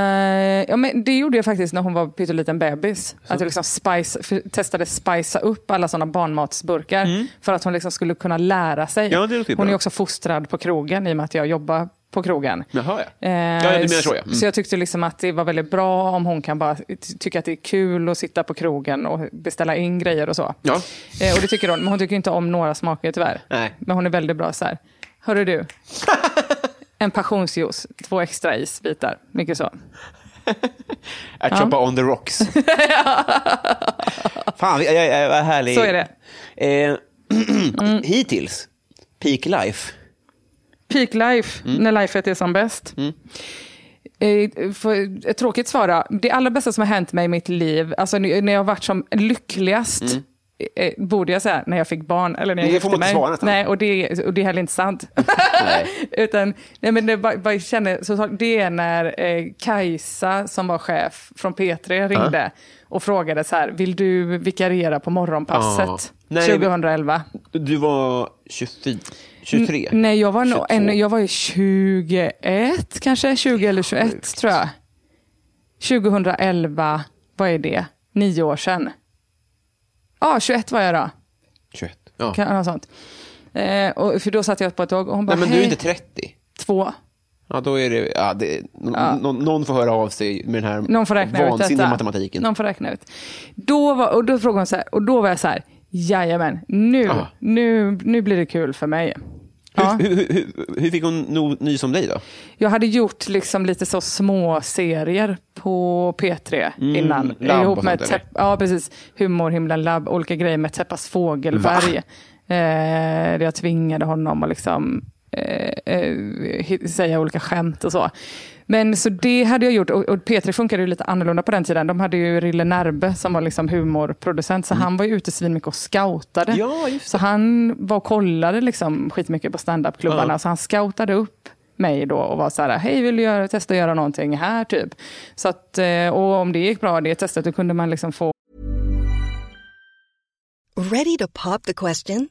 Speaker 2: ja, men det gjorde jag faktiskt när hon var pytteliten bebis. Att jag liksom spice, för, testade spicea upp alla sådana barnmatsburkar för att hon liksom skulle kunna lära sig.
Speaker 1: Mm. Ja, det låter ju
Speaker 2: hon är
Speaker 1: bra.
Speaker 2: också fostrad på krogen i och med att jag jobbar på krogen.
Speaker 1: Jaha, ja.
Speaker 2: Eh,
Speaker 1: Ja, du menar så, ja. Mm.
Speaker 2: så jag tyckte liksom att det var väldigt bra om hon kan bara ty- tycka att det är kul att sitta på krogen och beställa in grejer och så.
Speaker 1: Ja.
Speaker 2: Eh, och det tycker hon, men hon tycker inte om några smaker tyvärr.
Speaker 1: Nej.
Speaker 2: Men hon är väldigt bra så här. Hörru du, en passionsjuice, två extra isbitar, mycket så.
Speaker 1: ärtsoppa Äh, on the rocks. Fan, jag, jag, jag, vad härlig.
Speaker 2: Så är det. Mm.
Speaker 1: Eh, hittills, peak life.
Speaker 2: Peak life,
Speaker 1: Mm.
Speaker 2: när lifet är som bäst. Eh, för, ett tråkigt svara. Det allra bästa som har hänt mig i mitt liv, alltså nu- när jag har varit som lyckligast, eh, borde jag säga, när jag fick barn eller när jag
Speaker 1: Mm. Det får
Speaker 2: gifte
Speaker 1: man inte
Speaker 2: mig.
Speaker 1: svara nästan.
Speaker 2: nej, och det, och det är heller inte sant.
Speaker 1: Nej.
Speaker 2: Utan, nej men det, bara, bara känner, så, det är när eh, Kajsa som var chef från P3 ringde och frågade så här, vill du vikariera på
Speaker 1: Ah.
Speaker 2: morgonpasset
Speaker 1: Nej, men-
Speaker 2: 2011?
Speaker 1: Du var 24, 23?
Speaker 2: N- Mm, Nej, jag var, nog
Speaker 1: 22.
Speaker 2: ännu, jag var ju 21 kanske, 20 eller 21 tror jag. 2011, vad är det? Nio år sedan. Ja, 21 var jag då.
Speaker 1: 21. Ja.
Speaker 2: Kan, något sånt. Eh, och, för då satt jag på ett tåg och hon bara,
Speaker 1: Nej, men
Speaker 2: hej,
Speaker 1: du är inte 30.
Speaker 2: två.
Speaker 1: Ja, då är det, ja, det, nå- nå- någon får höra av sig med den här
Speaker 2: Någon får räkna ut
Speaker 1: vansinniga
Speaker 2: detta.
Speaker 1: matematiken.
Speaker 2: Någon får räkna ut. Då, var, och då frågade hon så här, och då var jag så här, jajamän, nu,
Speaker 1: Ah.
Speaker 2: nu, nu blir det kul för mig. Ja.
Speaker 1: Hur, hur, hur, hur fick hon no, nys om dig då?
Speaker 2: Jag hade gjort liksom lite så små serier på P3 innan.
Speaker 1: Mm, labb och
Speaker 2: ihop med
Speaker 1: sånt, eller?
Speaker 2: Tepp, ja, precis. Humor, himlen, labb, olika grejer med Teppas fågelberg. Eh, där jag tvingade honom att liksom, eh, eh, hi- säga olika skämt och så. Men så det hade jag gjort. Och, och P3 funkade ju lite annorlunda på den tiden. De hade ju Rille Närbe som var liksom humorproducent. Så han var ju ute svinmycket och scoutade.
Speaker 1: Mm. Ja, just det.
Speaker 2: Så han var och kollade liksom skitmycket på standupklubbarna.
Speaker 1: Ja.
Speaker 2: Så han scoutade upp mig då och var så här, hej vill du göra, testa att göra någonting här typ. Så att, eh, och om det gick bra det testet då kunde man liksom få
Speaker 5: Ready to pop the question?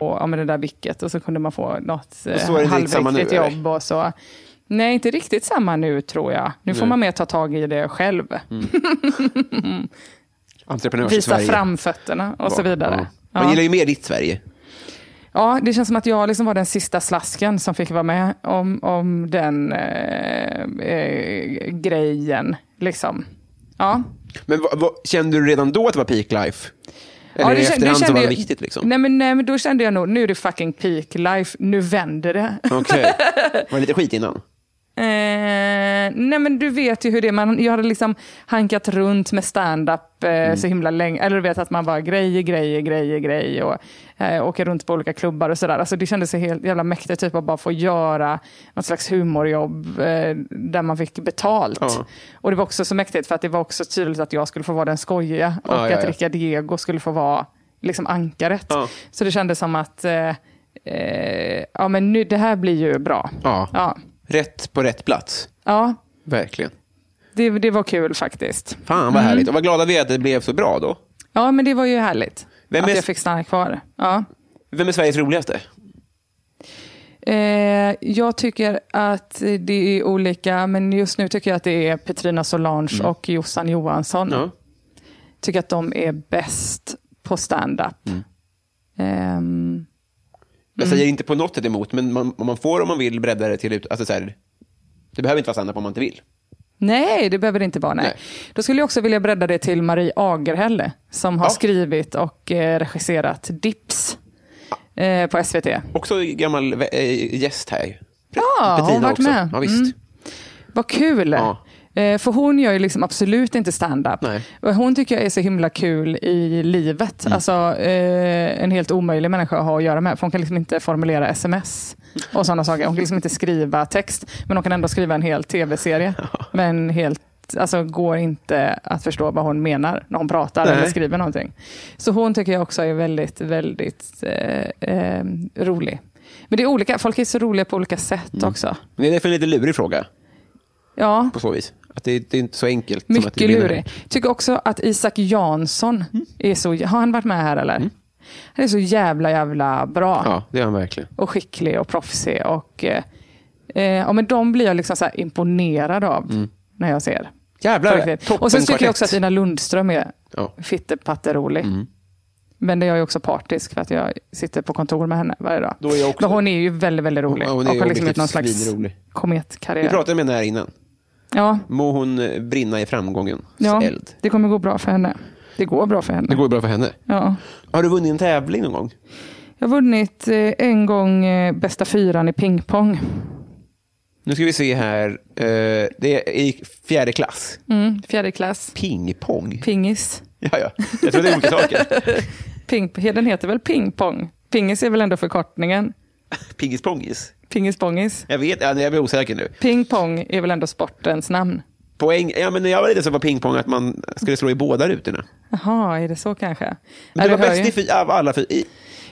Speaker 2: och, ja, men det där vicket och så kunde man få något eh,
Speaker 1: Och så är det inte riktigt samma nu,
Speaker 2: halvriktigt
Speaker 1: eller?
Speaker 2: jobb. Och så. Nej, inte riktigt samma nu tror jag. Nu får man mer ta tag i det själv.
Speaker 1: Mm. Entreprenörs i
Speaker 2: Visa
Speaker 1: Sverige.
Speaker 2: framfötterna och så vidare.
Speaker 1: Ja. Man gillar ju mer ditt Sverige.
Speaker 2: Ja, det känns som att jag liksom var den sista slasken som fick vara med om, om den eh, eh, grejen. Liksom. Ja.
Speaker 1: Men vad, vad, kände du redan då att det var peak life? Eller
Speaker 2: ja,
Speaker 1: i
Speaker 2: kän-
Speaker 1: efterhand så
Speaker 2: kände
Speaker 1: var det
Speaker 2: jag-
Speaker 1: viktigt liksom?
Speaker 2: Nej men, nej, men då kände jag nog, nu är det fucking peak life, nu vänder det.
Speaker 1: Okej. Var det lite skit innan?
Speaker 2: Eh, nej men du vet ju hur det är. Man, jag hade liksom hankat runt med stand-up eh,
Speaker 1: Mm.
Speaker 2: så himla länge. Eller du vet att man bara grejer, grejer, grejer, grejer. Och eh, åker runt på olika klubbar och sådär. Alltså, det kändes så helt jävla mäktigt typ, att bara få göra något slags humorjobb eh, där man fick betalt.
Speaker 1: Ja.
Speaker 2: Och det var också så mäktigt för att det var också tydligt att jag skulle få vara den skojiga. Och
Speaker 1: Ja, ja,
Speaker 2: att
Speaker 1: ja.
Speaker 2: Rickard Diego skulle få vara liksom ankaret.
Speaker 1: Ja.
Speaker 2: Så det kändes som att eh, eh, ja, men nu, det här blir ju bra.
Speaker 1: Ja.
Speaker 2: Ja.
Speaker 1: Rätt på rätt plats.
Speaker 2: Ja,
Speaker 1: Verkligen.
Speaker 2: det, det var kul faktiskt.
Speaker 1: Fan vad
Speaker 2: Mm.
Speaker 1: härligt. Och vad glada vi är att det blev så bra då.
Speaker 2: Ja, men det var ju härligt
Speaker 1: Vem
Speaker 2: att
Speaker 1: är-
Speaker 2: jag fick stanna kvar. Ja.
Speaker 1: Vem är Sveriges
Speaker 2: Mm.
Speaker 1: roligaste?
Speaker 2: Eh, jag tycker att det är olika, men just nu tycker jag att det är Petrina Solange och Jossan Johansson.
Speaker 1: Ja.
Speaker 2: Tycker att de är bäst på stand-up. Ehm,
Speaker 1: Jag
Speaker 2: Mm.
Speaker 1: säger inte på något sätt emot, men man, om man får om man vill bredda det till... ut- Alltså, så här, det behöver inte vara standup om man inte vill.
Speaker 2: Nej, det behöver det inte vara. Nej.
Speaker 1: Nej.
Speaker 2: Då skulle jag också vilja bredda det till Marie Agerhäll som har
Speaker 1: Ja.
Speaker 2: skrivit och eh, regisserat Dips eh, på SVT.
Speaker 1: Också gammal eh, gäst här.
Speaker 2: Ja, hon har varit med.
Speaker 1: Ja, visst.
Speaker 2: Mm. Vad kul!
Speaker 1: Ja.
Speaker 2: Eh, För hon gör ju liksom absolut inte stand-up.
Speaker 1: Nej. Mm.
Speaker 2: Och Hon tycker jag är så himla kul i livet. Alltså eh, en helt omöjlig människa att ha att göra med. För hon kan liksom inte formulera sms och sådana saker. Hon kan liksom inte skriva text. Men hon kan ändå skriva en hel tv-serie. Men helt Alltså går inte att förstå vad hon menar när hon pratar
Speaker 1: Nej.
Speaker 2: eller skriver någonting. Så hon tycker jag också är väldigt, väldigt eh, eh, rolig. Men det är olika, folk är så roliga på olika sätt
Speaker 1: Mm.
Speaker 2: också.
Speaker 1: Men det är därför en lite lurig fråga,
Speaker 2: Ja,
Speaker 1: på så vis. Att det, det är inte så enkelt. som att
Speaker 2: mycket
Speaker 1: det blir-
Speaker 2: lurig. Tycker också att Isak Jansson
Speaker 1: Mm.
Speaker 2: är så... Har han varit med här eller? Han är så jävla, jävla bra.
Speaker 1: Ja, det är han verkligen.
Speaker 2: Och skicklig och proffsig. Och, eh, eh, ja, men de blir jag liksom så här imponerad av
Speaker 1: Mm.
Speaker 2: när jag ser.
Speaker 1: Jävlar,
Speaker 2: Faktiskt. Och sen tycker jag
Speaker 1: toppenkvartett.
Speaker 2: också att Ina Lundström är
Speaker 1: Ja.
Speaker 2: fittepatterolig.
Speaker 1: Mm.
Speaker 2: Men det är jag ju också partisk för att jag sitter på kontor med henne varje dag.
Speaker 1: Då är jag också-
Speaker 2: Men hon är ju väldigt, väldigt rolig.
Speaker 1: Ja, hon är
Speaker 2: och har liksom
Speaker 1: objektivt
Speaker 2: gjort någon slags
Speaker 1: svinrolig. Vi
Speaker 2: kometkarriär.
Speaker 1: pratade med henne här innan.
Speaker 2: Ja,
Speaker 1: Må hon eh, brinna i framgångens
Speaker 2: ja,
Speaker 1: eld.
Speaker 2: det kommer gå bra för henne. Det går bra för henne.
Speaker 1: Det går ju bra för henne.
Speaker 2: Ja.
Speaker 1: Har du vunnit en tävling någon gång?
Speaker 2: Jag har vunnit eh, en gång eh, bästa fyran i pingpong.
Speaker 1: Nu ska vi se här. Eh, Det är i fjärde klass.
Speaker 2: Mm, fjärde klass.
Speaker 1: Pingpong.
Speaker 2: Pingis.
Speaker 1: Ja, ja. Jag tror det är olika saker.
Speaker 2: Ping, den heter väl pingpong? Pingis är väl ändå förkortningen?
Speaker 1: Pingis-pongis.
Speaker 2: Pingispongis.
Speaker 1: Jag vet, ja, jag blir osäker nu.
Speaker 2: Pingpong är väl ändå sportens namn?
Speaker 1: Poäng, ja, men när jag var liten så var pingpong att man skulle slå i båda rutorna.
Speaker 2: Jaha, är det så kanske?
Speaker 1: Men
Speaker 2: Nej,
Speaker 1: du
Speaker 2: du
Speaker 1: var
Speaker 2: hör
Speaker 1: bäst
Speaker 2: ju.
Speaker 1: i fy, av alla fy, i,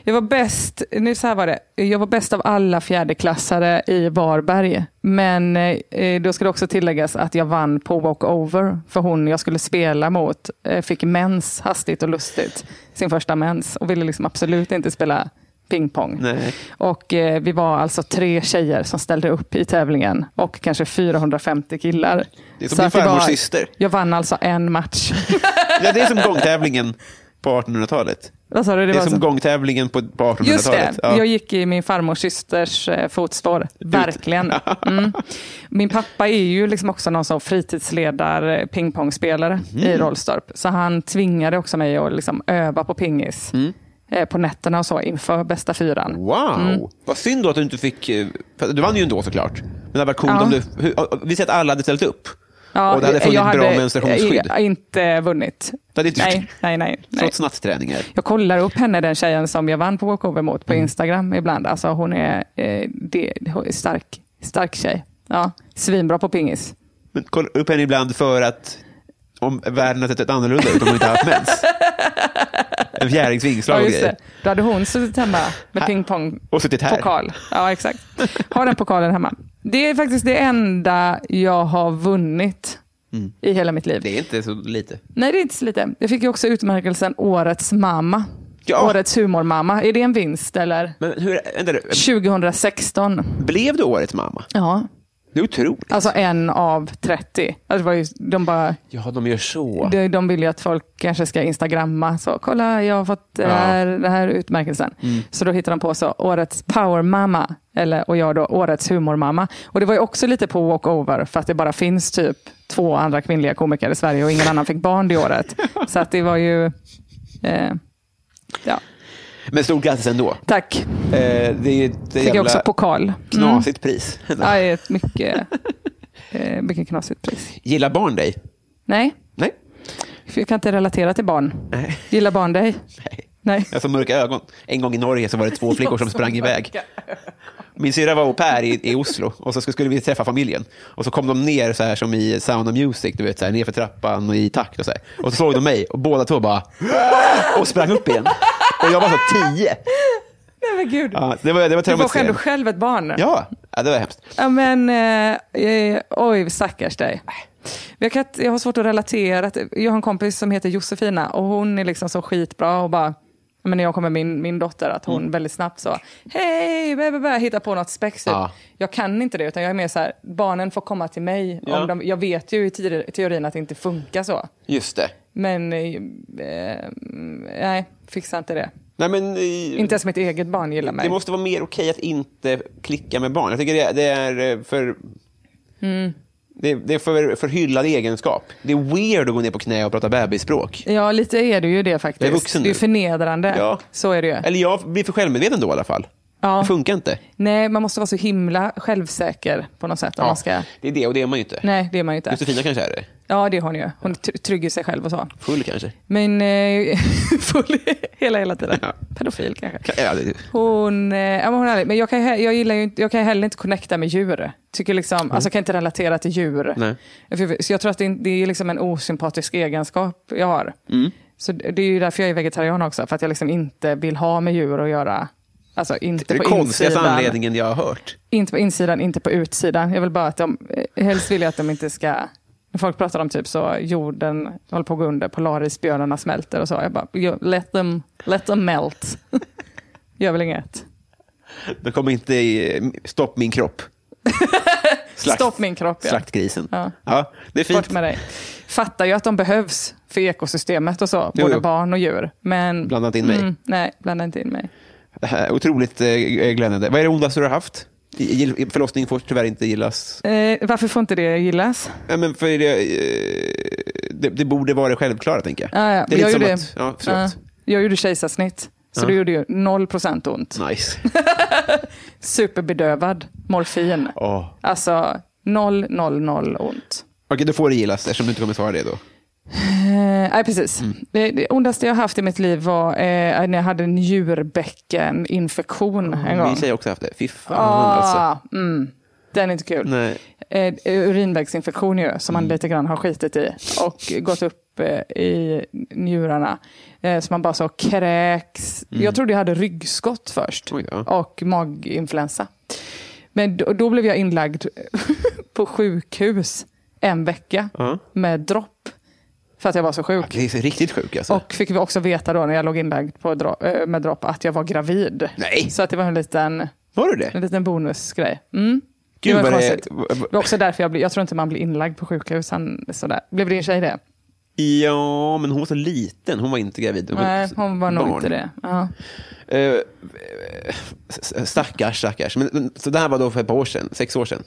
Speaker 2: Jag var bäst, nu så här var det, jag var bäst av alla fjärdeklassare i Varberg. Men eh, då ska det också tilläggas att jag vann på walkover. För hon jag skulle spela mot eh, fick mens hastigt och lustigt. Sin första mens och ville liksom absolut inte spela pingpong.
Speaker 1: Nej.
Speaker 2: Och eh, vi var alltså tre tjejer som ställde upp i tävlingen och kanske 450 killar.
Speaker 1: Det är som
Speaker 2: Så
Speaker 1: din
Speaker 2: att det
Speaker 1: farmors
Speaker 2: var-
Speaker 1: syster.
Speaker 2: Jag vann alltså en match.
Speaker 1: Ja, det är som gångtävlingen på 1800-talet.
Speaker 2: Vad sa du?
Speaker 1: Det är
Speaker 2: var alltså- så-
Speaker 1: som gångtävlingen på, på 1800-talet.
Speaker 2: Just det,
Speaker 1: Ja.
Speaker 2: jag gick i min farmors systers eh, fotspår. Verkligen. Mm. Min pappa är ju liksom också någon sån fritidsledare, pingpongspelare
Speaker 1: Mm.
Speaker 2: i Rollstorp. Så han tvingade också mig att liksom öva på pingis eh, på nätterna och så inför bästa fyran.
Speaker 1: Mm. Wow!
Speaker 2: Mm.
Speaker 1: Vad synd då att du inte fick... eh, för Du vann ju ändå såklart. Men det hade varit coolt
Speaker 2: Ja.
Speaker 1: om du... hur- Vi säger att alla hade ställt upp.
Speaker 2: Ja,
Speaker 1: och det hade funnits
Speaker 2: jag
Speaker 1: bra
Speaker 2: hade,
Speaker 1: menstruationsskydd.
Speaker 2: eh, inte vunnit.
Speaker 1: Det hade inte-
Speaker 2: nej, nej, nej, nej.
Speaker 1: Trots natträningar.
Speaker 2: Jag kollar upp henne, den tjejen som jag vann på walkover mot
Speaker 1: Mm.
Speaker 2: på Instagram ibland. Alltså hon är, eh, det, hon är stark, stark tjej. Ja, svinbra på pingis.
Speaker 1: Men kolla upp henne ibland för att om världen hade sett annorlunda ut om hon inte haft mens. En fjärils vingslag
Speaker 2: Ja,
Speaker 1: och
Speaker 2: just det.
Speaker 1: grejer.
Speaker 2: Då hade hon suttit hemma med
Speaker 1: Här.
Speaker 2: pingpong
Speaker 1: Och suttit här.
Speaker 2: pokal. Ja, exakt. Har den pokalen hemma. Det är faktiskt det enda jag har vunnit i hela mitt liv.
Speaker 1: Mm. Det är inte så lite.
Speaker 2: Nej, det är inte så lite. Jag fick ju också utmärkelsen Årets mamma.
Speaker 1: Ja.
Speaker 2: Årets humormamma. Är det en vinst eller?
Speaker 1: Men hur, vänta, nu.
Speaker 2: 2016.
Speaker 1: blev du årets mamma?
Speaker 2: Ja.
Speaker 1: Det är otroligt.
Speaker 2: Alltså en av 30. Alltså det var ju, de, bara,
Speaker 1: Ja, de gör så.
Speaker 2: de, de vill ju att folk kanske ska instagramma. Så kolla, jag har fått det här, den här utmärkelsen.
Speaker 1: Mm.
Speaker 2: Så då hittar de på så, årets powermamma. Eller, och jag då, årets humormamma. Och det var ju också lite på walkover. För att det bara finns typ två andra kvinnliga komiker i Sverige. Och ingen annan fick barn det året. Så att det var ju... Eh, ja.
Speaker 1: Men stort grattis ändå.
Speaker 2: Tack.
Speaker 1: Eh, det är ju ett
Speaker 2: Fick jag också
Speaker 1: jävla
Speaker 2: pokal. Mm.
Speaker 1: knasigt pris.
Speaker 2: Ja, det är ett mycket Eh, vilket knasigt pris.
Speaker 1: Gillar barn dig?
Speaker 2: Nej,
Speaker 1: Nej.
Speaker 2: för jag kan inte relatera till barn.
Speaker 1: Nej.
Speaker 2: Gillar barn dig?
Speaker 1: Nej.
Speaker 2: Nej.
Speaker 1: Jag får mörka ögon. En gång i Norge så var det två flickor som sprang iväg. Min syrra var au pair i, i Oslo och så skulle vi träffa familjen. Och så kom de ner så här som i Sound of Music, du vet, så här, ner för trappan och i takt och så här. Och så såg de mig och båda två bara "Ah!" och sprang upp igen. Och jag var så tio.
Speaker 2: Nej men gud.
Speaker 1: Ja, det var, det var
Speaker 2: du var ändå
Speaker 1: traumatiserande.
Speaker 2: själv ett barn.
Speaker 1: Ja, ja, det var hemskt.
Speaker 2: Ja, men, eh, eh, oj, stackars dig. Jag, kan, inte- jag har svårt att relatera. till- Jag har en kompis som heter Josefina och hon är liksom så skitbra och bara ja, men när jag kommer min, min dotter att
Speaker 1: Mm.
Speaker 2: hon väldigt snabbt så hej, bä, bä, bä, hittar på något spex. Typ.
Speaker 1: Ja.
Speaker 2: Jag kan inte det utan jag är mer så här, barnen får komma till mig.
Speaker 1: Ja.
Speaker 2: Om de, jag vet ju i teori- teorin att det inte funkar så.
Speaker 1: Just det.
Speaker 2: Men eh, eh, nej, fixar inte det.
Speaker 1: Nej, men, eh,
Speaker 2: Inte ens mitt eget barn gillar mig.
Speaker 1: Det måste vara mer okej att inte klicka med barn. Jag tycker det, det är eh, för...
Speaker 2: Mm.
Speaker 1: Det, är- det är för, för hyllad egenskap. Det är weird att gå ner på knä och prata bebisspråk.
Speaker 2: Ja, lite är det ju det faktiskt.
Speaker 1: Jag är vuxen
Speaker 2: det är ju
Speaker 1: nu.
Speaker 2: förnedrande.
Speaker 1: Ja.
Speaker 2: Så är det ju.
Speaker 1: Eller jag blir för självmedveten då i alla fall.
Speaker 2: Ja.
Speaker 1: Det funkar inte.
Speaker 2: Nej, man måste vara så himla självsäker på något sätt. Om man ska...
Speaker 1: Det är det, och det är man ju inte.
Speaker 2: Nej, det är man ju inte.
Speaker 1: Josefina kanske är det.
Speaker 2: Ja, det har hon ju. Hon är tr- trygg i sig själv och så.
Speaker 1: Full kanske.
Speaker 2: Men eh, full hela, hela tiden.
Speaker 1: Ja.
Speaker 2: Pedofil kanske.
Speaker 1: Ka- Ja, det,
Speaker 2: Hon, eh, ja, men hon är ärlig. Men jag kan, he- jag, gillar ju inte, jag kan heller inte connecta med djur. Tycker liksom, alltså, jag kan inte relatera till djur.
Speaker 1: Mm. Nej.
Speaker 2: För- Så jag tror att det, är- det är liksom en osympatisk egenskap jag har.
Speaker 1: Mm.
Speaker 2: Så det det är ju därför jag är vegetarian också. För att jag liksom inte vill ha med djur att göra. Alltså inte
Speaker 1: det är den
Speaker 2: på
Speaker 1: konstigaste
Speaker 2: insidan.
Speaker 1: anledningen jag har hört.
Speaker 2: Inte på insidan, inte på utsidan. Jag vill bara att de, eh, helst vill jag att de inte ska, när folk pratar om typ så jorden håller på att gå under, polarisbjörnarna smälter och så. Jag bara, "You- let them, let them melt. Gör väl inget.
Speaker 1: De kommer inte... i- Stopp min kropp. Slakt.
Speaker 2: Stopp min kropp. Ja.
Speaker 1: Slaktgrisen.
Speaker 2: Ja.
Speaker 1: det är
Speaker 2: Bort
Speaker 1: fint.
Speaker 2: med dig. Fattar ju att de behövs för ekosystemet och så,
Speaker 1: Jo,
Speaker 2: både
Speaker 1: jo.
Speaker 2: barn och djur. Men, Mm,
Speaker 1: Blanda inte in mig.
Speaker 2: nej, blanda inte in mig.
Speaker 1: Det här är Otroligt eh, glädjande. Vad är det ondaste du har haft? I- i- Förlossning får tyvärr inte gillas.
Speaker 2: Eh, varför får inte det gillas?
Speaker 1: Ja, men för det, eh, det, det borde vara det självklara, tänker jag.
Speaker 2: Ah, Ja, ja.
Speaker 1: Det är
Speaker 2: jag,
Speaker 1: lite som
Speaker 2: gjorde,
Speaker 1: att... Ja, förlåt.
Speaker 2: ja, jag gjorde kejsarsnitt, så
Speaker 1: Ja.
Speaker 2: det gjorde ju 0% ont.
Speaker 1: Nice.
Speaker 2: superbedövad morfin.
Speaker 1: Åh.
Speaker 2: Alltså noll, noll, noll ont.
Speaker 1: Okej, då får det gillas eftersom du inte kommer svara det då.
Speaker 2: Eh, nej, precis. Det, det ondaste jag haft i mitt liv var eh, när jag hade en njurbäckeninfektion en gång.
Speaker 1: Min tjej har också haft det. Fy fan alltså.
Speaker 2: Ah, mm. Den är inte kul.
Speaker 1: Nej.
Speaker 2: Eh, urinvägsinfektion ju, som
Speaker 1: Mm.
Speaker 2: man lite grann har skitit i och gått upp eh, i njurarna. Eh, så man bara så kräks. Jag trodde jag hade ryggskott först
Speaker 1: Mm. Oj då.
Speaker 2: och maginfluensa. Men då, då blev jag inlagd på sjukhus en vecka
Speaker 1: Ja.
Speaker 2: med dropp för att jag var så sjuk.
Speaker 1: Det är så riktigt sjuk alltså.
Speaker 2: Och fick vi också veta då när jag låg inlagd på dro- eh, med dropp att jag var gravid.
Speaker 1: Nej.
Speaker 2: Så att det var en liten
Speaker 1: Var du
Speaker 2: en
Speaker 1: det?
Speaker 2: liten bonusgrej. Mm.
Speaker 1: Gud,
Speaker 2: det var
Speaker 1: vad det-
Speaker 2: konstigt. Det... var också därför jag, blev, jag tror inte man blir inlagd på sjukhus. Han, sådär. Blev din tjej det?
Speaker 1: Ja, men hon var så liten. Hon var inte gravid. Hon
Speaker 2: Nej,
Speaker 1: ett
Speaker 2: hon var nog
Speaker 1: barn.
Speaker 2: inte det. Ja.
Speaker 1: Eh, eh, s- stackars, stackars. Men, men, så det här var då för ett par år sedan. Sex år sedan.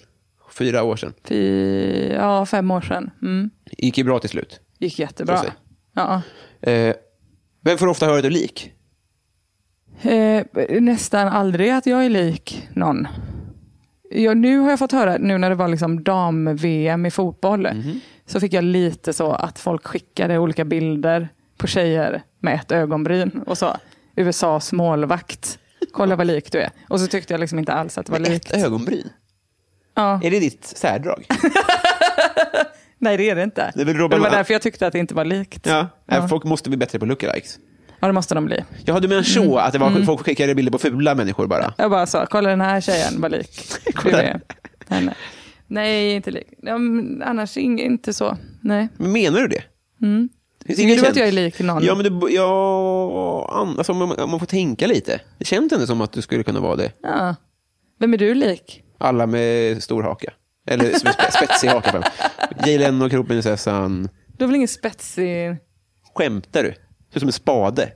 Speaker 1: Fyra år sedan.
Speaker 2: Fy, ja, fem år sedan. Mm.
Speaker 1: gick ju bra till slut.
Speaker 2: Gick jättebra.
Speaker 1: Så säg.
Speaker 2: Ja.
Speaker 1: Eh, vem får ofta höra att du är lik?
Speaker 2: Eh, nästan aldrig att jag är lik någon. Ja, nu har jag fått höra, nu när det var liksom dam-VM i fotboll,
Speaker 1: Mhm.
Speaker 2: så fick jag lite så att folk skickade olika bilder på tjejer med ett ögonbryn och så. USAs målvakt. Kolla vad lik du är. Och så tyckte jag liksom inte alls att det var likt.
Speaker 1: Ett ögonbryn?
Speaker 2: Ja.
Speaker 1: Är det ditt särdrag?
Speaker 2: Nej, det är det inte.
Speaker 1: Det är väl Robin-
Speaker 2: Men det var därför jag tyckte att det inte var likt.
Speaker 1: Ja. Nej, Folk måste bli bättre på lookalikes.
Speaker 2: Ja, det måste de bli.
Speaker 1: Jaha, du menar så?
Speaker 2: Mm.
Speaker 1: Att det var, folk skickade bilder på fula människor bara?
Speaker 2: Jag bara sa, kolla den här tjejen vad lik du
Speaker 1: Kolla.
Speaker 2: är. Henne. Nej, inte lik. Ja, men annars ing- inte så. Nej.
Speaker 1: Men menar du det? Mm.
Speaker 2: Tycker du att jag är lik någon?
Speaker 1: Ja, men det, ja, an- alltså, om, man, om man får tänka lite. Det känns ändå som att du skulle kunna vara det.
Speaker 2: Ja. Vem är du lik?
Speaker 1: Alla med stor haka. Eller som är spe- spetsig haka. fram. Jay Leno, kronprinsessan.
Speaker 2: Du har väl ingen spetsig...
Speaker 1: Skämtar du? Du är som en spade.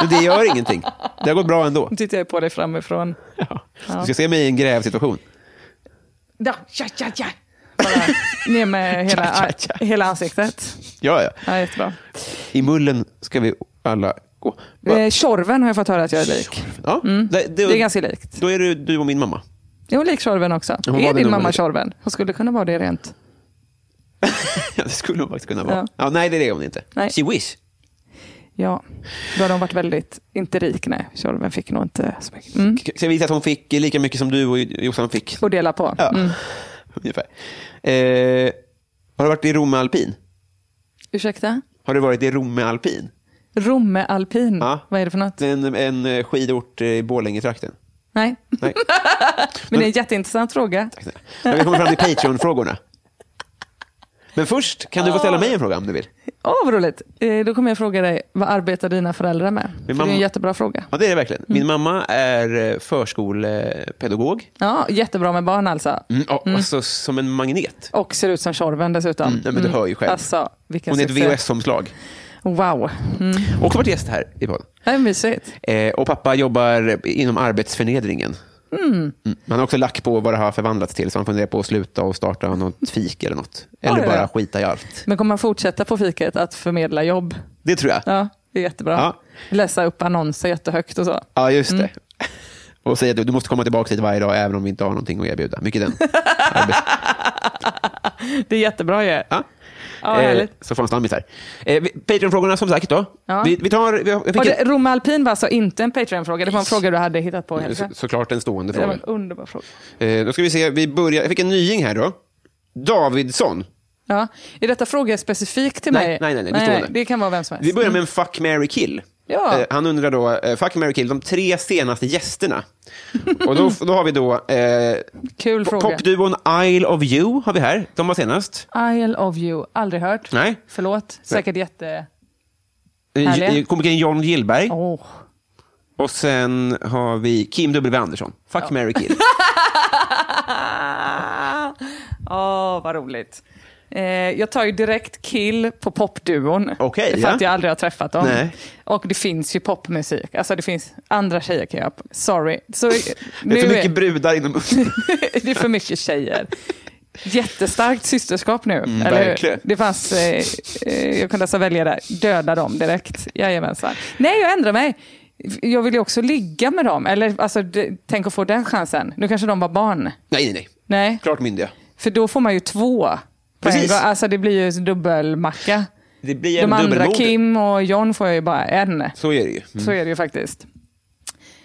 Speaker 1: Men det gör ingenting. Det har gått bra ändå.
Speaker 2: Nu tittar jag på dig framifrån.
Speaker 1: Ja. Du ska se mig i en grävsituation.
Speaker 2: Da, ja, ja, ja. Bara ner med hela,
Speaker 1: Ja, ja, ja.
Speaker 2: hela ansiktet.
Speaker 1: Ja, ja.
Speaker 2: Ja, jättebra.
Speaker 1: I mullen ska vi alla gå. Va?
Speaker 2: Eh, Tjorven har jag fått höra att jag är lik.
Speaker 1: Ja, det,
Speaker 2: Det är ganska likt.
Speaker 1: Då är du, du och min mamma.
Speaker 2: Är hon lik Tjorven också?
Speaker 1: Hon var
Speaker 2: är
Speaker 1: det
Speaker 2: din
Speaker 1: nog
Speaker 2: mamma
Speaker 1: lite.
Speaker 2: Tjorven? Hon skulle kunna vara det rent.
Speaker 1: Ja, det skulle hon faktiskt kunna vara. Ja.
Speaker 2: Ja.
Speaker 1: nej, det är det hon inte.
Speaker 2: Nej.
Speaker 1: She wish.
Speaker 2: Ja, då hade hon varit väldigt, inte rik nej. Tjorven fick nog inte så mycket. Mm.
Speaker 1: Ska jag visa att hon fick lika mycket som du och Jossan fick?
Speaker 2: Och dela på. Mm.
Speaker 1: Ja, ungefär. Eh, har du varit i Rom med alpin?
Speaker 2: Ursäkta?
Speaker 1: Har du varit i Rom med alpin?
Speaker 2: Romme alpin,
Speaker 1: Ja.
Speaker 2: vad är det för något?
Speaker 1: Det är En, en eh, skidort eh, i Borlänge-trakten.
Speaker 2: Nej.
Speaker 1: Nej.
Speaker 2: Men det är en jätteintressant fråga.
Speaker 1: Men vi kommer fram till Patreon-frågorna. Men först kan du få ställa mig en fråga om du vill.
Speaker 2: Åh, vad roligt. Eh, Då kommer jag fråga dig, vad arbetar dina föräldrar med? För Det är
Speaker 1: mamma-
Speaker 2: en jättebra fråga.
Speaker 1: Ja, det är det verkligen.
Speaker 2: Mm.
Speaker 1: Min mamma är eh, förskolepedagog.
Speaker 2: Ja, jättebra med barn alltså.
Speaker 1: Mm, ja, Alltså, som en magnet.
Speaker 2: Och ser ut som Tjorven dessutom.
Speaker 1: Ja, Mm, men du hör ju själv.
Speaker 2: Alltså, vilken
Speaker 1: Hon är ett
Speaker 2: succé.
Speaker 1: VHS-omslag.
Speaker 2: Wow. Mm.
Speaker 1: Också varit gäst här i podden.
Speaker 2: Det är mysigt.
Speaker 1: Eh, och pappa jobbar inom arbetsförnedringen. Mm. Man har också lack på vad det har förvandlats till, så man funderar på att sluta och starta något fik eller något. Eller
Speaker 2: Oj, oj, oj.
Speaker 1: bara skita i allt.
Speaker 2: Men kommer man fortsätta på fiket att förmedla jobb?
Speaker 1: Det tror jag. Ja,
Speaker 2: Ja, det är jättebra.
Speaker 1: Ja.
Speaker 2: Läsa upp annonser jättehögt och så.
Speaker 1: just det. Och säga att du- du måste komma tillbaka hit varje dag, även om vi inte har någonting att erbjuda. Mycket den. Arbets-
Speaker 2: Det är jättebra ju.
Speaker 1: ja.
Speaker 2: Ja, härligt.
Speaker 1: så fanns det anvis här. Eh, vi- Patreon-frågorna som sagt då.
Speaker 2: Ja.
Speaker 1: Vi, vi tar... Vi, jag fick
Speaker 2: Och det,
Speaker 1: ett,
Speaker 2: Romme Alpin var alltså inte en Patreon-fråga, det var en fråga du hade hittat på. Hälsa.
Speaker 1: så, såklart en stående
Speaker 2: Det var
Speaker 1: fråga.
Speaker 2: en underbar fråga.
Speaker 1: Eh, då ska vi se, vi börjar... Jag fick en nying här då. Davidsson.
Speaker 2: Ja. Är detta frågor specifikt till
Speaker 1: Nej,
Speaker 2: mig?
Speaker 1: nej, nej, nej, det står det.
Speaker 2: Det kan vara vem som helst.
Speaker 1: Vi börjar med en fuck, Mary kill.
Speaker 2: Mm. Ja.
Speaker 1: Eh, han undrar då, eh, fuck, Mary kill, de tre senaste gästerna. Och då, då har vi då eh,
Speaker 2: Kul
Speaker 1: po-
Speaker 2: fråga.
Speaker 1: popduon Isle of You, har vi här. De var senast.
Speaker 2: Isle of you, aldrig hört.
Speaker 1: Nej.
Speaker 2: Förlåt, säkert jätte...
Speaker 1: Eh,
Speaker 2: Härliga.
Speaker 1: eh, Komikern John Gillberg.
Speaker 2: Åh.
Speaker 1: Och sen har vi Kim W. Andersson. Fuck, Mary kill.
Speaker 2: Åh, vad roligt. Eh, jag tar ju direkt kill på popduon.
Speaker 1: Okej,
Speaker 2: för
Speaker 1: ja.
Speaker 2: att jag aldrig har träffat dem.
Speaker 1: Nej.
Speaker 2: Och det finns ju popmusik. Alltså det finns andra tjejer kan jag... Sorry. Så,
Speaker 1: Det är
Speaker 2: nu
Speaker 1: för mycket brudar inom...
Speaker 2: det är för mycket tjejer. Jättestarkt systerskap nu. eller hur?
Speaker 1: Mm, verkligen.
Speaker 2: Det fanns, eh, eh, jag kunde alltså välja där, döda dem direkt. Jajamensan. Nej, jag ändrar mig. Jag vill ju också ligga med dem. Eller, alltså, d- tänk att få den chansen. Nu kanske de var barn.
Speaker 1: nej, nej, nej.
Speaker 2: Nej,
Speaker 1: Klart myndiga.
Speaker 2: för då får man ju två. på en
Speaker 1: Precis.
Speaker 2: gång. Alltså det blir ju dubbelmacka.
Speaker 1: Det blir en
Speaker 2: De andra,
Speaker 1: dubbelmord.
Speaker 2: Kim och John, får jag ju bara en.
Speaker 1: Så är det ju. Mm.
Speaker 2: Så är det ju faktiskt.